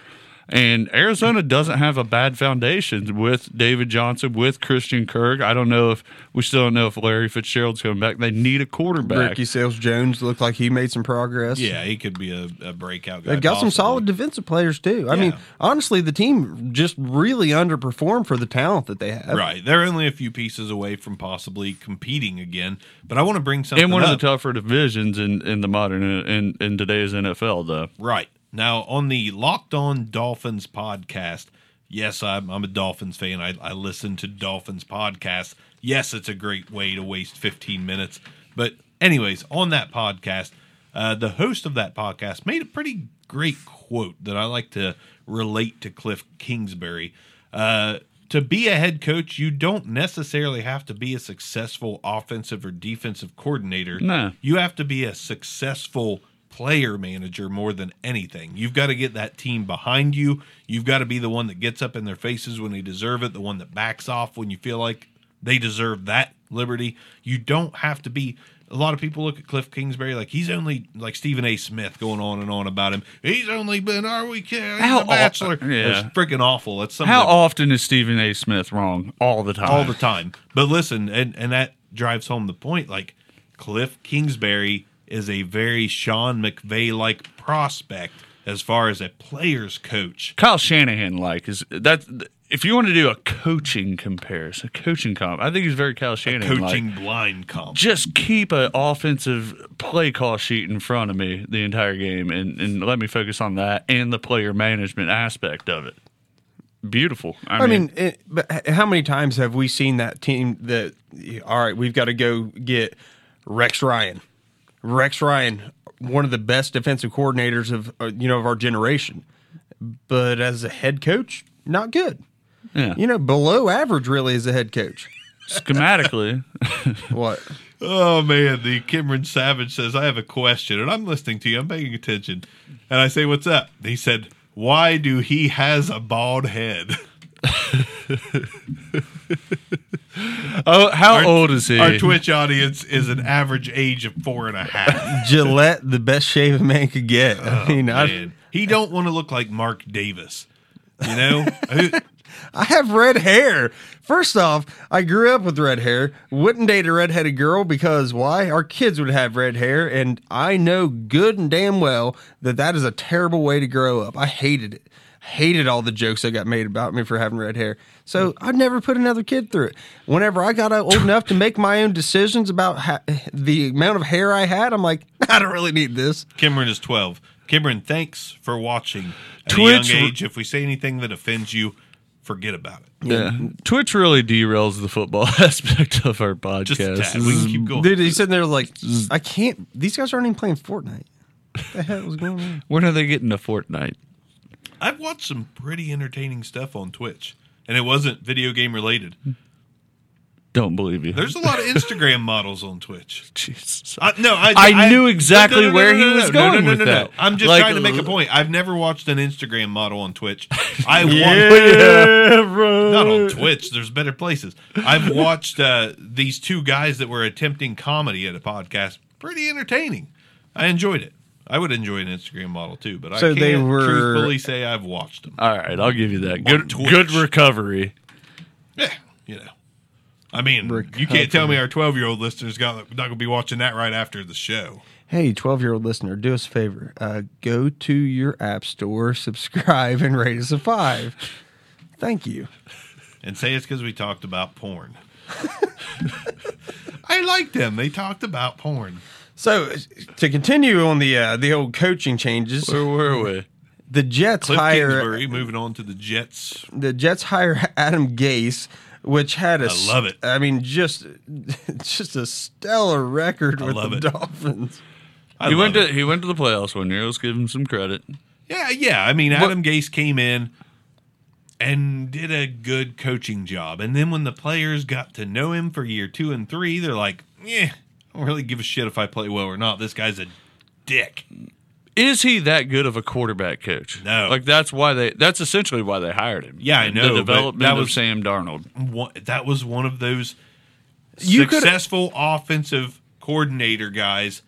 And Arizona doesn't have a bad foundation with David Johnson, with Christian Kirk. I don't know if we still don't know if Larry Fitzgerald's coming back. They need a quarterback.
Ricky Sales Jones looked like he made some progress.
yeah, he could be a, a breakout guy.
They've got some solid
possibly.
defensive players too. I mean,
Yeah.
honestly, the team just really underperformed for the talent that they have.
Right, they're only a few pieces away from possibly competing again. But I want to bring something
in one
up.
of the tougher divisions in, in the modern in, in today's NFL, though.
Right. Now, on the Locked On Dolphins podcast, yes, I'm, I'm a Dolphins fan. I, I listen to Dolphins podcasts. Yes, it's a great way to waste 15 minutes. But, anyways, on that podcast, uh, the host of that podcast made a pretty great quote that I like to relate to Cliff Kingsbury. Uh, to be a head coach, you don't necessarily have to be a successful offensive or defensive coordinator.
No.
You have to be a successful player manager more than anything. You've got to get that team behind you. You've got to be the one that gets up in their faces when they deserve it, the one that backs off when you feel like they deserve that liberty. You don't have to be. A lot of people look at Cliff Kingsbury like he's only like Stephen A. Smith going on and on about him. He's only been our weekend. He's
How
a
aw-
bachelor.
Yeah.
That's freaking awful. That's some of
How
the-
often is Stephen A. Smith wrong? All the time.
all the time. But listen, and and that drives home the point. Like Cliff Kingsbury is a very Sean McVay like prospect as far as a player's coach.
Kyle Shanahan like is that if you want to do a coaching comparison, a coaching comp, I think he's very Kyle Shanahan.
Coaching blind comp.
just keep an offensive play call sheet in front of me the entire game and, and let me focus on that and the player management aspect of it. Beautiful. I,
I
mean,
mean, it, but h- how many times have we seen that team that, yeah, all right, we've got to go get Rex Ryan. Rex Ryan, one of the best defensive coordinators of, uh, you know, of our generation. But as a head coach, not good.
Yeah.
You know, below average really as a head coach.
schematically,
What?
Oh man, the Cameron Savage says, I have a question, and I'm listening to you, I'm paying attention. And I say, What's up? He said, Why do he has a bald head?
oh, how old is he?
Our Twitch audience is an average age of four and a half.
Gillette, the best shave a man could get. I mean, I,
Man, he don't want to look like Mark Davis. You know, Who-
I have red hair. First off, I grew up with red hair. Wouldn't date a redheaded girl because why? Our kids would have red hair, and I know good and damn well that that is a terrible way to grow up. I hated it. Hated all the jokes that got made about me for having red hair. So I never put another kid through it. Whenever I got old enough to make my own decisions about ha- the amount of hair I had, I'm like, I don't really need this.
Cameron is twelve. Cameron, thanks for watching. At
Twitch-
a young age, if we say anything that offends you, forget about it.
yeah. Twitch really derails the football aspect of our podcast.
Just a tad.
This
We
is-
can keep going.
Dude, he's sitting there like, I can't. These guys aren't even playing Fortnite. What the hell was going on?
when are they getting to Fortnite?
I've watched some pretty entertaining stuff on Twitch, and it wasn't video game related.
Don't believe you.
There's a lot of Instagram models on Twitch.
Jesus.
I, no, I,
I knew exactly where he was going with that.
I'm just
Like, uh,
trying to make a
l-
point. I've never watched an Instagram model on Twitch. I
But
want
yeah, bro.
not on Twitch. There's better places. I've watched uh, these two guys that were attempting comedy at a podcast. Pretty entertaining. I enjoyed it. I would enjoy an Instagram model too, but I
So
can't
they were-
truthfully say I've watched them.
All right, I'll give you that. Good,
Twitch.
good recovery.
Yeah, Eh, you know. I mean, you can't tell me our 12 year old listeners got not going to be watching that right after the show.
Hey, 12 year old listener, do us a favor. Uh, go to your app store, subscribe, and rate us a five. Thank you.
and say it's because we talked about porn. I like them. They talked about porn.
So, to continue on the uh, the old coaching changes,
Where were we?
the Jets
Cliff
hire
Kingsbury moving on to the Jets.
the Jets hire Adam Gase, which had a
I
s-
love it.
I mean, just just a stellar record with
love
the
it.
Dolphins.
I
he
love
went
it.
to he went to the playoffs one year. Let's give him some credit.
Yeah, yeah. I mean, Adam Gase came in and did a good coaching job. And then when the players got to know him for year two and three, they're like, yeah, I don't really give a shit if I play well or not. This guy's a dick.
Is he that good of a quarterback coach?
No.
Like that's why they that's essentially why they hired him.
Yeah, I know,
The
but
development
that
of
was-
Sam Darnold.
One, that was one of those
You could-
successful offensive coordinator guys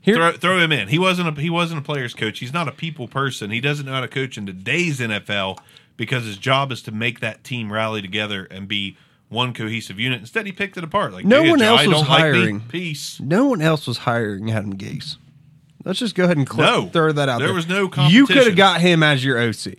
Here-
throw, throw him in. He wasn't a he wasn't a players coach. He's not a people person. He doesn't know how to coach in today's NFL because his job is to make that team rally together and be one cohesive unit. Instead, he picked it apart. Like
No
"Bitch,
one else
I
was
don't like me.
hiring.
Peace.
No one else was hiring Adam Gase. Let's just go ahead and cl-
No.
throw that out there.
There was no
You could
competition.
have got him as your OC.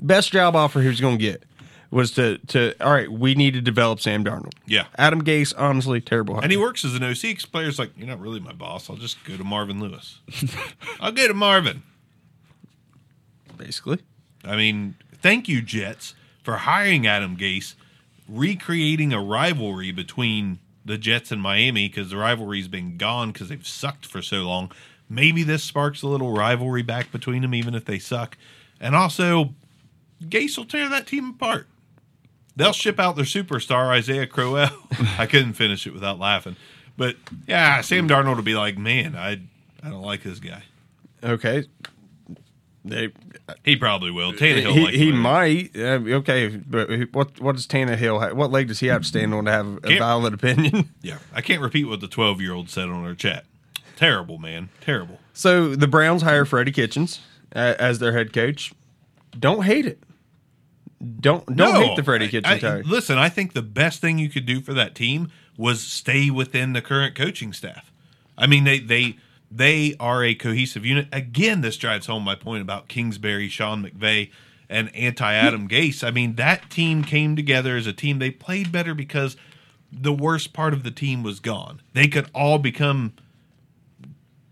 Best job offer he was going to get was to to all right. We need to develop Sam Darnold.
Yeah.
Adam Gase, honestly, terrible.
And
hire.
he works as an OC because players like you're not really my boss. I'll just go to Marvin Lewis. I'll go to Marvin.
basically,
I mean, thank you, Jets, for hiring Adam Gase, recreating a rivalry between the Jets and Miami because the rivalry's been gone because they've sucked for so long. Maybe this sparks a little rivalry back between them, even if they suck. And also, Gase will tear that team apart. They'll ship out their superstar, Isaiah Crowell. I couldn't finish it without laughing. But yeah, Sam Darnold will be like, man, I, I don't like this guy.
okay. They
He probably will. Tannehill
he,
likes
he
him.
might uh, okay, but what what does Tannehill? Have, what leg does he have to stand on to have a
Can't-
valid opinion?
Yeah, I can't repeat what the 12 year old said on our chat. Terrible, man. Terrible.
So the Browns hire Freddie Kitchens uh, as their head coach. Don't hate it. Don't don't
No,
hate the Freddie
I-
Kitchens
I-
hire.
Listen, I think the best thing you could do for that team was stay within the current coaching staff. I mean, they they they are a cohesive unit. Again, this drives home my point about Kingsbury, Sean McVay, and anti Adam Gase. I mean, that team came together as a team. They played better because the worst part of the team was gone. They could all become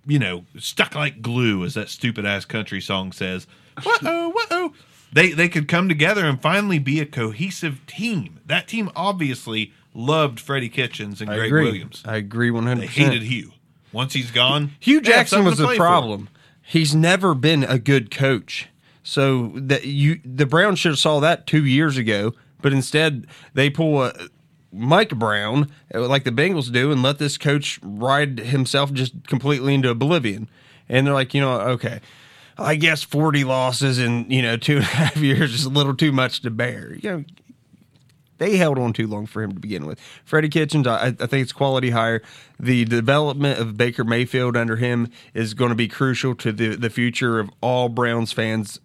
you know, stuck like glue, as that stupid ass country song says. Whoa, whoa. They they could come together and finally be a cohesive team. That team obviously loved Freddie Kitchens and
I
Greg
agree.
Williams.
I agree one
They
hundred
hated
percent.
Hugh. Once he's gone,
Hugh
they have
Jackson
something
was
to play
the
for.
problem. He's never been a good coach. So that you the Browns should have saw that two years ago, but instead they pull a Mike Brown uh, like the Bengals do and let this coach ride himself just completely into oblivion. And they're like, you know, okay, I guess forty losses in you know two and a half years is a little too much to bear. You know, they held on too long for him to begin with. Freddie Kitchens, I, I think it's quality hire. The development of Baker Mayfield under him is going to be crucial to the, the future of all Browns fans.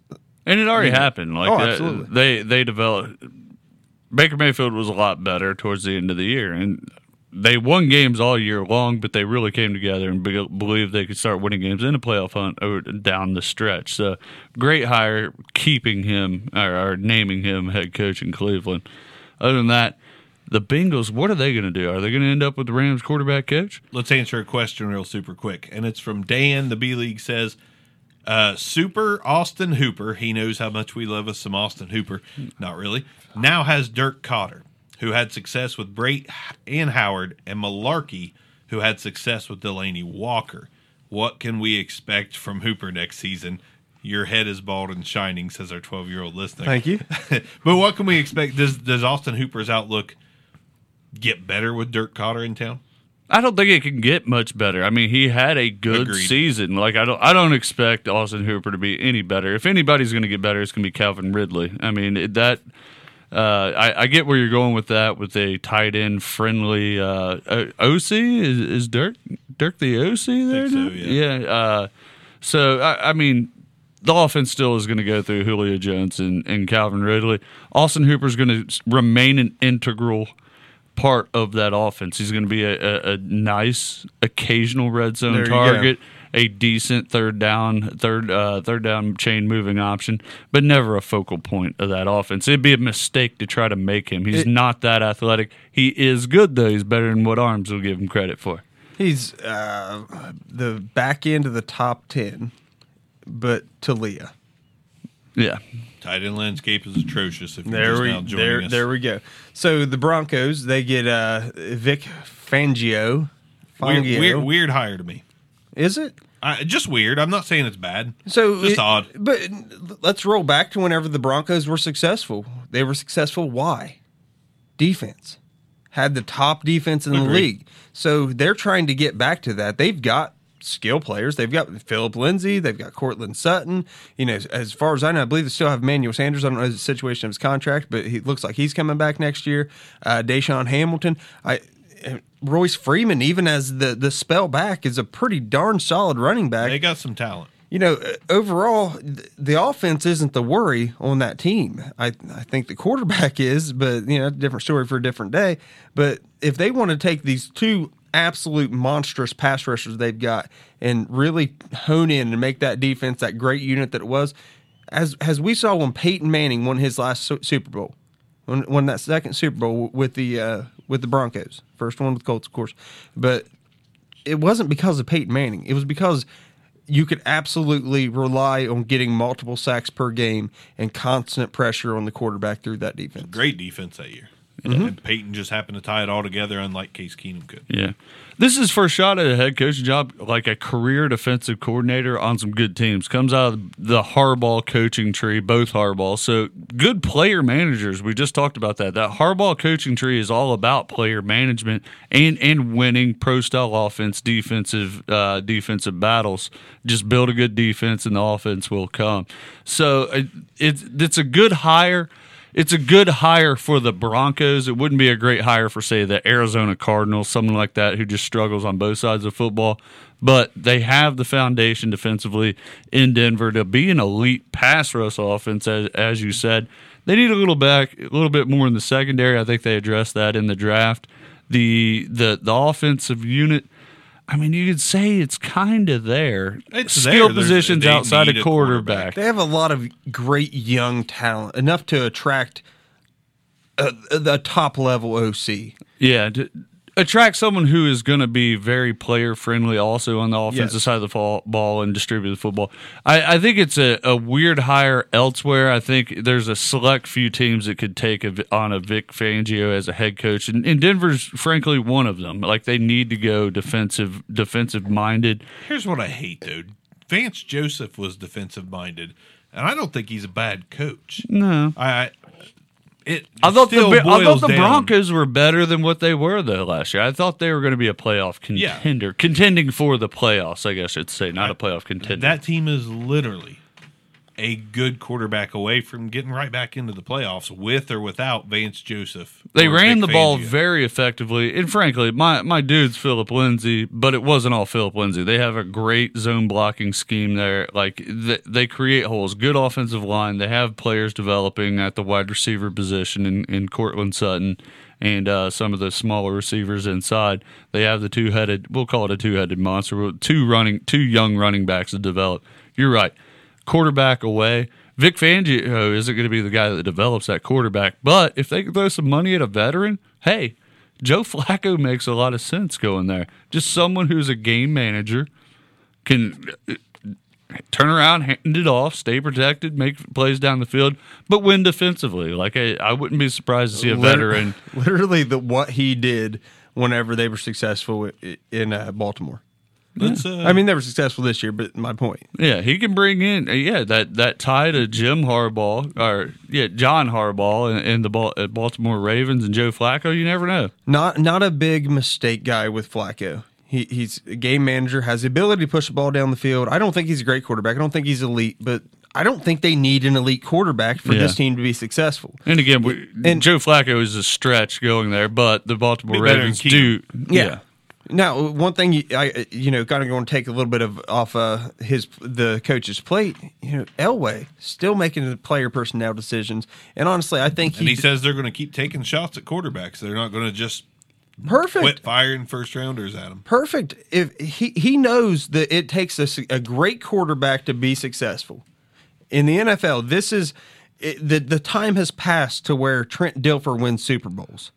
And it already happened. Like
Oh,
that-
absolutely.
they they developed Baker Mayfield was a lot better towards the end of the year and they won games all year long, but they really came together and be- believed they could start winning games in a playoff hunt over, down the stretch. So, great hire keeping him or, or naming him head coach in Cleveland. Other than that, the Bengals, what are they going to do? Are they going to end up with the Rams quarterback coach?
Let's answer a question real super quick, and it's from Dan. The B League says, uh, "Super Austin Hooper. He knows how much we love us some Austin Hooper. Not really. Now has Dirk Cotter, who had success with Brait and Howard, and Malarkey, who had success with Delaney Walker. What can we expect from Hooper next season?" Your head is bald and shining, says our twelve-year-old listener.
Thank you.
but what can we expect? Does does Austin Hooper's outlook get better with Dirk Cotter in town?
I don't think it can get much better. I mean, he had a good
Agreed.
season. Like I don't, I don't expect Austin Hooper to be any better. If anybody's going to get better, it's going to be Calvin Ridley. I mean it- that. Uh, I, I get where you're going with that, with a tight end friendly uh, O- OC. Is, is Dirk Dirk the OC there?
so,
now?
yeah.
uh, so I, I mean, the offense still is going to go through Julio Jones and, and Calvin Ridley. Austin Hooper's going to remain an integral part of that offense. He's going to be a, a, a nice occasional red zone
There you go.
target, a decent third down third uh, third down chain moving option, but never a focal point of that offense. It'd be a mistake to try to make him. He's
It-
not that athletic. He is good though. He's better than what arms will give him credit for.
He's uh, the back end of the top ten, but Talia.
Yeah.
Tight end landscape is atrocious. If you're
There
just
we
now joining
there
us.
there we go. So the Broncos they get uh, Vic Fangio.
weird,
Fangio.
weird, weird hire to me.
Is it?
I, just weird. I'm not saying it's bad.
So
just
it-
odd.
But let's roll back to whenever the Broncos were successful. They were successful. Why? Defense had the top defense in the
Agreed.
league. So they're trying to get back to that. They've got skill players. They've got Philip Lindsay. They've got Cortland Sutton. You know, as, as far as I know, I believe they still have Manuel Sanders. I don't know the situation of his contract, but he looks like he's coming back next year. Uh, Deshaun Hamilton. I. uh, Royce Freeman, even as the the spell back, is a pretty darn solid running back
They got some talent.
you know, uh, overall, th- the offense isn't the worry on that team. I, I think the quarterback is, but, you know, different story for a different day. But if they want to take these two absolute monstrous pass rushers they've got and really hone in and make that defense that great unit that it was, as, as we saw when Peyton Manning won his last Su- Super Bowl, won, won that second Super Bowl with the, uh, with the Broncos, first one with Colts, of course. But it wasn't because of Peyton Manning. It was because you could absolutely rely on getting multiple sacks per game and constant pressure on the quarterback through that defense.
Great defense that year.
Mm-hmm.
And Peyton just happened to tie it all together, unlike Case Keenum could.
Yeah. This is first shot at a head coaching job, like a career defensive coordinator on some good teams. Comes out of the Harbaugh coaching tree, both Harbaugh. So good player managers. We just talked about that. That Harbaugh coaching tree is all about player management and and winning pro style offense, defensive uh, defensive battles. Just build a good defense, and the offense will come. So it, it's it's a good hire it's a good hire for the Broncos. It wouldn't be a great hire for, say, the Arizona Cardinals, someone like that who just struggles on both sides of football. But they have the foundation defensively in Denver to be an elite pass rush offense, as, as you said. They need a little back, a little bit more in the secondary. I think they addressed that in the draft. The the the offensive unit. I mean, you could say it's kind of there.
It's
Skill
there. There's-
positions
they
outside
need
of
a quarterback.
quarterback.
They have a lot of great young talent, enough to attract a, the top level OC.
Yeah, to attract someone who is going to be very player friendly, also on the offensive
Yes.
side of the fall, ball and distribute the football. I, I think it's a, a weird hire elsewhere. I think there's a select few teams that could take a, Vi- on a Vic Fangio as a head coach, and, and Denver's frankly one of them. Like they need to go defensive, defensive minded.
Here's what I hate, though. Vance Joseph was defensive minded, and I don't think he's a bad coach. No, I. I it
I thought the
still
Bi- I
boils
thought the
down-
Broncos were better than what they were though last year. I thought they were going to be a playoff
Yeah.
contender, contending for the playoffs. I guess I'd say not a playoff contender.
That team is literally a good quarterback away from getting right back into the playoffs with or without Vance Joseph.
They
or
ran
Vic
the ball
Fangio.
very effectively, and frankly, my my dude's Philip Lindsay, but it wasn't all Philip Lindsay. They have a great zone blocking scheme there. Like th- they create holes, good offensive line. They have players developing at the wide receiver position in in Cortland Sutton and uh, some of the smaller receivers inside. They have the two headed, we'll call it a two headed monster. with Two running, two young running backs to develop. You're right quarterback away. Vic Fangio isn't going to be the guy that develops that quarterback, but if they can throw some money at a veteran, hey, Joe Flacco makes a lot of sense going there. Just someone who's a game manager can uh, turn around, hand it off, stay protected, make plays down the field, but win defensively. Like I, I wouldn't be surprised to see a veteran.
Literally, the, what he did whenever they were successful i- in uh, Baltimore.
Let's. Uh,
I mean, they were successful this year, but my point.
Yeah, he can bring in uh, yeah that that tie to Jim Harbaugh or yeah John Harbaugh and, and the Bal- uh, Baltimore Ravens and Joe Flacco. You never know.
Not not a big mistake guy with Flacco. He, he's a game manager, has the ability to push the ball down the field. I don't think he's a great quarterback. I don't think he's elite, but I don't think they need an elite quarterback for
Yeah.
this team to be successful.
And again, we,
And-
Joe Flacco is a stretch going there, but the Baltimore
Be better than
Ravens do.
Keenum.
Yeah. Now, one thing you, I you know kind of going to take a little bit of off uh, his the coach's plate. You know, Elway still making the player personnel decisions, and honestly, I think
and
he,
he says they're going to keep taking shots at quarterbacks. They're not going to just
perfect.
quit firing first rounders at them.
perfect. If he he knows that it takes a, su- a great quarterback to be successful in the NFL. This is it, the the time has passed to where Trent Dilfer wins Super Bowls.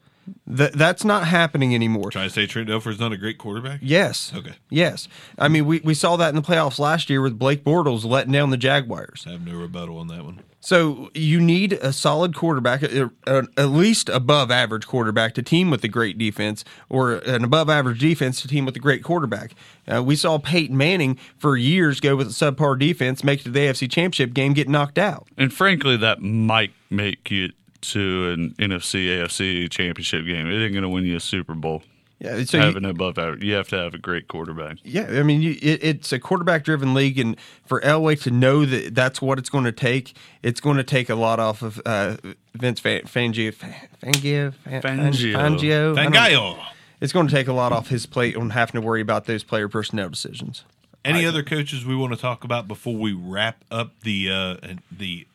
That that's not happening anymore.
Try to say Trent Dilfer's not a great quarterback.
Yes.
Okay.
Yes. I mean, we, we saw that in the playoffs last year with Blake Bortles letting down the Jaguars.
I have no rebuttal on that one.
So you need a solid quarterback, a- a- at least above average quarterback to team with a great defense, or an above average defense to team with a great quarterback. Uh, we saw Peyton Manning for years go with a subpar defense, make it to the AFC Championship game, get knocked out.
And frankly, that might make it to an NFC AFC championship game. It ain't going to win you a Super Bowl.
Yeah. So you-
Having above average, you have to have a great quarterback.
Yeah, I mean, you, it, it's a quarterback-driven league, and for Elway to know that that's what it's going to take, it's going to take a lot off of uh, Vince Fa- Fangio, Fa- Fangio, Fa-
Fangio.
Fangio. I don't-
Fangayo.
It's going to take a lot off his plate on having to worry about those player personnel decisions.
Any other coaches we want to talk about before we wrap up the uh the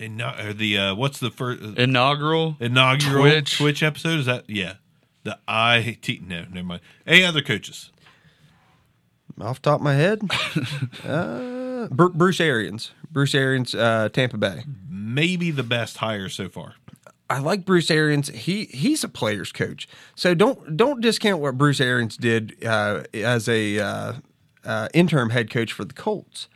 and or the uh what's the first
Inaugural.
inaugural
Twitch.
Twitch. episode? Is that yeah? The I T no, never mind. Any other coaches?
Off the top of my head, uh, Bru- Bruce Arians, Bruce Arians, uh, Tampa Bay.
Maybe the best hire so far.
I like Bruce Arians. He he's a player's coach, so don't don't discount what Bruce Arians did uh, as a uh, uh, interim head coach for the Colts.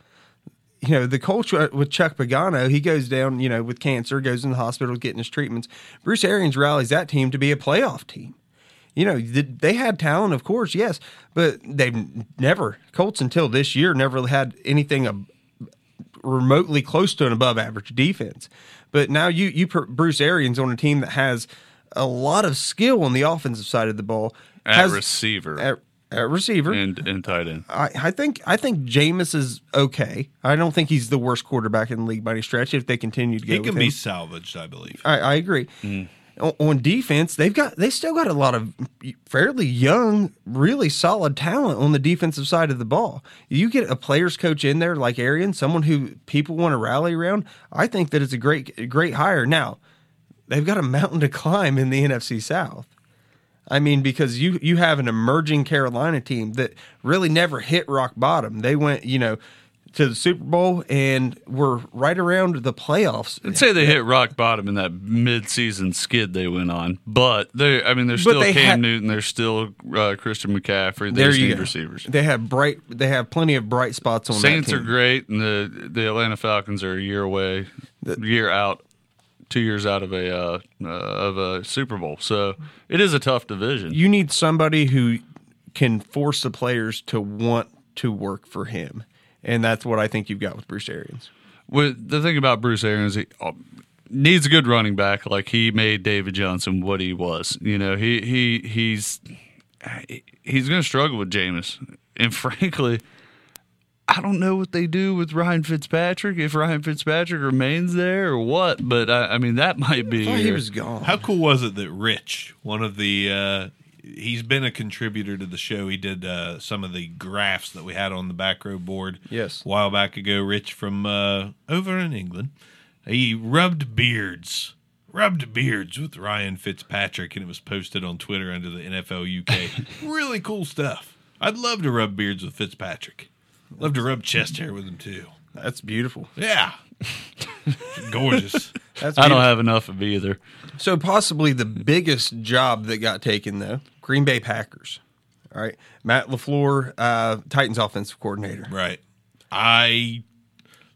You know the Colts uh, with Chuck Pagano, he goes down, you know, with cancer, goes in the hospital, getting his treatments. Bruce Arians rallies that team to be a playoff team. You know th- they had talent, of course, yes, but they've never Colts until this year never had anything ab- remotely close to an above average defense. But now you you put Bruce Arians on a team that has a lot of skill on the offensive side of the ball
At
has-
receiver.
at, at receiver.
And, and tight end.
I, I think I think Jameis is okay. I don't think he's the worst quarterback in the league by any stretch. If they continue to go
He can
with
be
him.
salvaged, I believe.
I, I agree. O- On defense, they've got they still got a lot of fairly young, really solid talent on the defensive side of the ball. You get a players coach in there like Arian, someone who people want to rally around. I think that it's a great great hire. Now, they've got a mountain to climb in the NFC South. I mean, because you you have an emerging Carolina team that really never hit rock bottom. They went, you know, to the Super Bowl and were right around the playoffs.
I'd say they hit rock bottom in that mid-season skid they went on, but they, I mean, they're still
they
Cam
had-
Newton, they're still uh, Christian McCaffrey, they
There
just
you
need
go.
receivers.
They have bright. They have plenty of bright spots on.
Saints
that
are
team.
great, and the the Atlanta Falcons are a year away, year out, two years out of a uh, uh, of a Super Bowl. So it is a tough division.
You need somebody who can force the players to want to work for him, and that's what I think you've got with Bruce Arians.
With the thing about Bruce Arians, he uh, needs a good running back. Like he made David Johnson what he was. You know, he he he's he's going to struggle with Jameis, and frankly. I don't know what they do with Ryan Fitzpatrick if Ryan Fitzpatrick remains there or what, but I, I mean that might be.
Oh, he
your-
was gone.
How cool was it that Rich, one of the uh he's been a contributor to the show. He did uh some of the graphs that we had on the back row board
Yes.
a while back ago, Rich from uh over in England. He rubbed beards. Rubbed beards with Ryan Fitzpatrick and it was posted on Twitter under the NFL UK. really cool stuff. I'd love to rub beards with Fitzpatrick. Love to rub chest hair with him too.
That's beautiful.
Yeah. Gorgeous.
That's beautiful.
I don't have enough of either.
So possibly the biggest job that got taken though, Green Bay Packers. All right, Matt Lafleur, uh, Titans offensive coordinator.
Right. I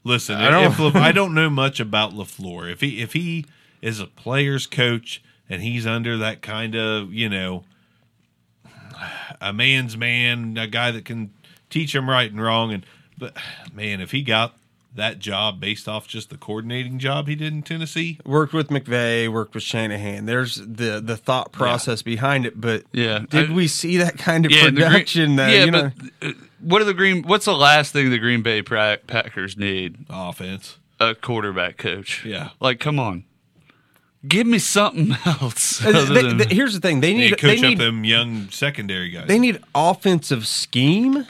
listen. I
don't-
don't, if Laf- I don't know much about Lafleur. If he if he is a player's coach and he's under that kind of you know, a man's man, a guy that can teach him right and wrong. And but man, if he got that job based off just the coordinating job he did in Tennessee,
Worked with McVay, worked with Shanahan. There's the the thought process behind it, but
Yeah.
did
I-
we see that kind of
the Green-
production? that,
yeah,
you know,
but uh, what are the green? What's the last thing the Green Bay pra- Packers need?
offense.
A quarterback coach.
Yeah.
like come on, give me something else.
Uh,
other
they-
than-
they- here's the thing: they
They
need they
coach
need
up them young secondary guys.
they need offensive scheme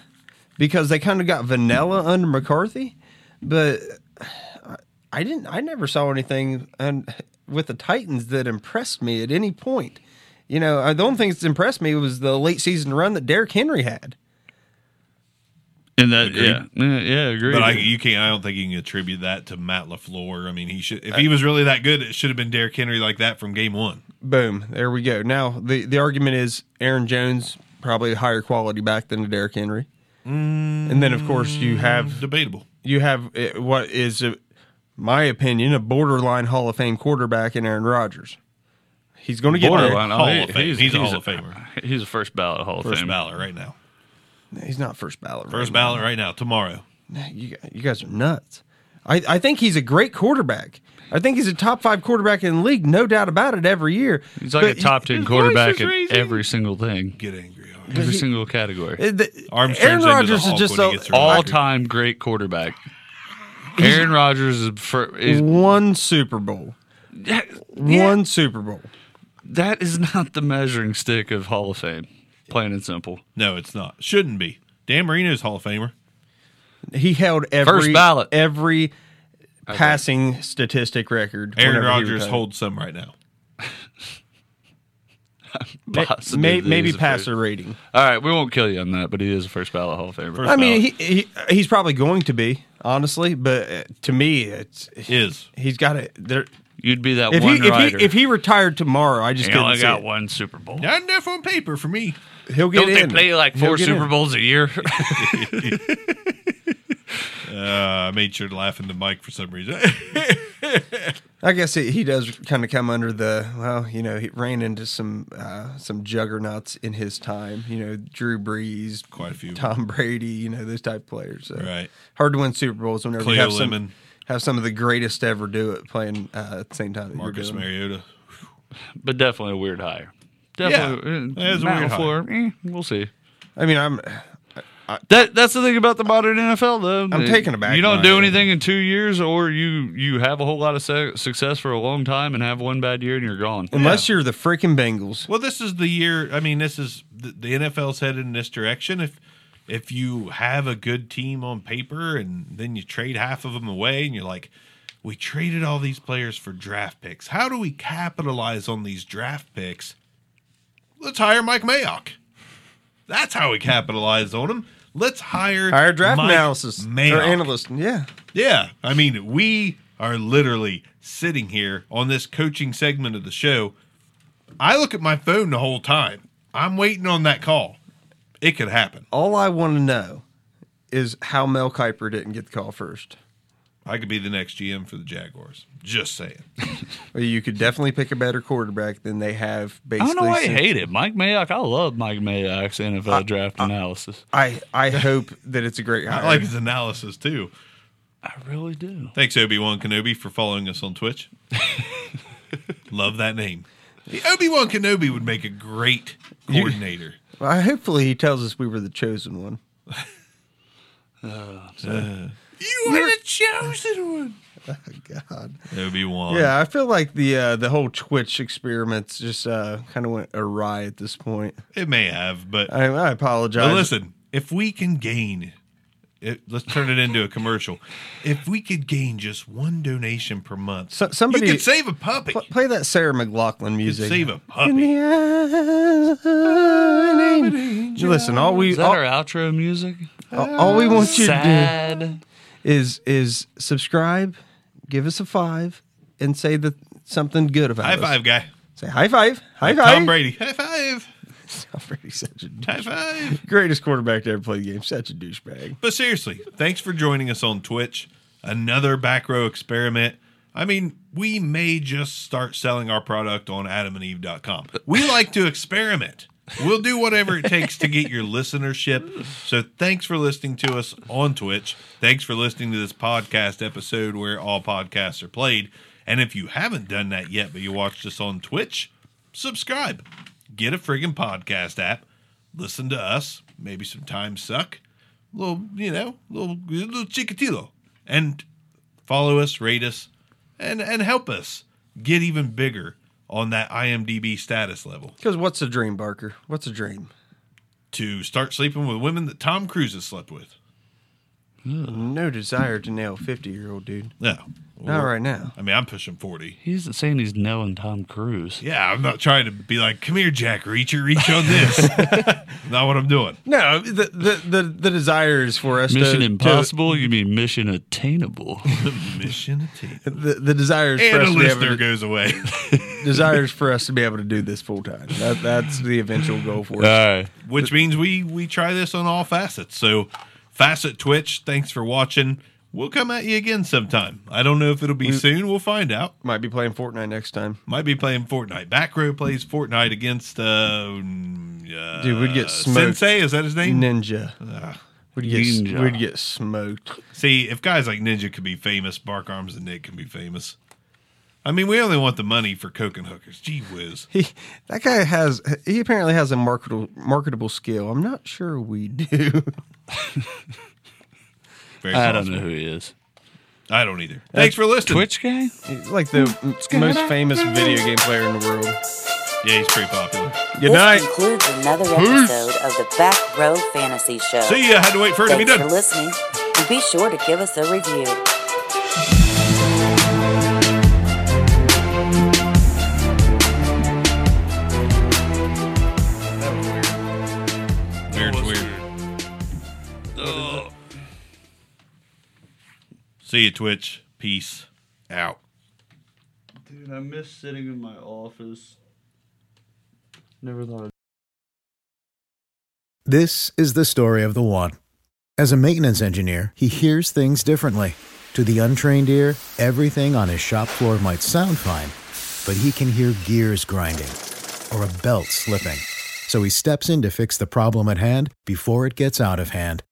because they kind of got vanilla under McCarthy, but I- I didn't. I never saw anything un, with the Titans that impressed me at any point. You know, uh, the only thing that's impressed me was the late season run that Derrick Henry had.
and that, yeah, yeah, yeah, agree.
but I, you can't. I don't think you can attribute that to Matt Lafleur. I mean, he should. If he was really that good, it should have been Derrick Henry like that from game one.
Boom, there we go. Now the the argument is Aaron Jones probably a higher quality back than Derrick Henry, and then of course you have
Debatable.
you have uh, what is, uh, my opinion, a borderline Hall of Fame quarterback in Aaron Rodgers. He's going to get
borderline
Hall
oh,
of Fame. He's a Hall of Famer.
He's a first ballot Hall of
First
Fame.
ballot right now.
there. He's not first ballot. right
First
now.
ballot right now. Tomorrow.
You, gu- you guys are nuts. I, I think he's a great quarterback. I think he's a top five quarterback in the league, no doubt about it. Every year,
He's like
But
a top ten
his voice is
quarterback in
raising.
every single thing,
Get angry. All right.
every single category.
uh, the-
Arms turns
Aaron
into the
Rodgers is
Hulk
just
when
a,
he gets around.
All time great quarterback. Aaron Rodgers is, for, is
one Super Bowl, one Super Bowl.
that is not the measuring stick of Hall of Fame. Plain and simple.
No, it's not. Shouldn't be. Dan Marino's Hall of Famer.
He held every
First ballot.
every passing statistic record.
Aaron
whenever he
Rodgers
retired.
holds some right now.
May-
Possibly
may-
that
maybe
he's a
passer
first-
rating.
All right, we won't kill you on that, but he is a first ballot Hall of Famer.
First
I mean,
ballot.
he, he he's probably going to be honestly, but uh, to me, it's
is.
he's got it. There,
You'd be that
if
one
he if
rider.
he if he retired tomorrow, I just
he
couldn't
only
see
got
it.
one Super Bowl.
Not enough on paper for me.
He'll get
Don't they
in.
play like
He'll
four
get
Super
in.
Bowls a year?
Uh, I made sure to laugh into Mike for some reason.
I guess he, he does kind of come under the well, you know, he ran into some uh, some juggernauts in his time. You know, Drew Brees,
Quite a few.
Tom Brady, you know, those type players. So
Right.
hard to win Super Bowls whenever you
Cleo
have some
Lemon.
have some of the greatest ever do it playing uh, at the same time. That
Marcus
you're doing. it.
Mariota.
but definitely a weird hire.
Yeah,
Definitely,
that is a
Matt
weird
LaFleur, eh, we'll see.
I mean, I'm
That that's the thing about the modern NFL, though.
I'm taken aback
You don't
by
do
it.
anything in two years, or you you have a whole lot of su- success for a long time and have one bad year and you're gone.
unless you're the freaking Bengals.
Well, this is the year. I mean, this is the, the NFL's headed in this direction. If if you have a good team on paper and then you trade half of them away, and you're like, we traded all these players for draft picks. How do we capitalize on these draft picks? Let's hire Mike Mayock. That's how we capitalize on him. Let's hire
Higher draft
Mike
analysis or
Mayock.
analyst. Yeah.
Yeah. I mean, we are literally sitting here on this coaching segment of the show. I look at my phone the whole time. I'm waiting on that call. It could happen.
All I want to know is how Mel Kiper didn't get the call first.
I could be the next GM for the Jaguars. Just saying.
Well, You could definitely pick a better quarterback than they have.
I
Basically,
don't know why you
since-
hate it. Mike Mayock, I love Mike Mayock's NFL draft analysis.
I I hope that it's a great hire.
I like his analysis too.
I really do.
Thanks, Obi Wan Kenobi, for following us on Twitch. Love that name. Obi Wan Kenobi would make a great coordinator.
Well, hopefully, he tells us we were the chosen one.
You are the chosen one.
God.
Obi Wan.
Yeah, I feel like the uh, the whole Twitch experiments just uh, kind of went awry at this point.
It may have, but
I, I apologize.
But listen, if we can gain, it, let's turn it into a commercial. If we could gain just one donation per month,
So- somebody-
you could save a puppy.
Pl- play that Sarah McLaughlin
You
music.
could save a
In
puppy.
the eyes of an angel. Listen, all we
Is that
all,
our outro music?
all- all we want you to
Sad.
do is is subscribe, give us a five, and say that something good about
High
us.
five, guy.
Say high five. High
Like
five.
Tom Brady. High five.
Tom Brady's such a
High five.
greatest quarterback to ever play the game. Such a douchebag.
But seriously, thanks for joining us on Twitch. Another back row experiment. I mean, we may just start selling our product on adamandeve.com. We like to experiment. We'll do whatever it takes to get your listenership. So thanks for listening to us on Twitch. Thanks for listening to this podcast episode where all podcasts are played. And if you haven't done that yet, but you watched us on Twitch, subscribe. Get a friggin' podcast app. Listen to us. Maybe some time suck. Little, you know, little little chiquitilo. And follow us, rate us, and and help us get even bigger on that IMDb status level
Because what's a dream, Barker? What's a dream?
to start sleeping with women that Tom Cruise has slept with.
No desire to nail a 50 year old dude.
No.
Not right now.
I mean, I'm pushing 40.
He isn't saying he's knowing Tom Cruise.
Yeah, I'm not trying to be like, come here, Jack, reach or reach on this. not what I'm doing.
No, the the the, the desire is for us
Mission
to
impossible? You mean mission attainable?
Mission attained.
To, the the desire is for
And a
us to be able
listener
to,
goes away.
desires for us to be able to do this full time. That, that's the eventual goal for us.
right.
which means we we try this on all facets. So, facet Twitch, thanks for watching. We'll come at you again sometime. I don't know if it'll be soon. We'll find out.
Might be playing Fortnite next time,
Might be playing Fortnite. Back row plays Fortnite against uh, mm, uh
dude. We'd get smoked.
Sensei. Is that his name?
Ninja. We'd get
Ninja.
we'd get smoked.
See, if guys like Ninja could be famous, Bark Arms and Nick can be famous. I mean, we only want the money for coke and hookers. Gee whiz.
He, that guy has he apparently has a marketable marketable skill. I'm not sure we do.
Very
I don't
possible.
know who he is.
I don't either. Thanks for listening.
Twitch guy?
He's like the most famous video game player in the world.
Yeah, he's pretty popular.
Good
this
night.
concludes another episode of the Back Row Fantasy Show.
See ya. Had to wait for it to be
Thanks
done.
for listening, and be sure to give us a review.
Weird's weird. Ugh. See you, Twitch. Peace out.
Dude, I miss sitting in my office. Never thought
This is the story of the one. As a maintenance engineer, he hears things differently. To the untrained ear, everything on his shop floor might sound fine, but he can hear gears grinding or a belt slipping. So he steps in to fix the problem at hand before it gets out of hand.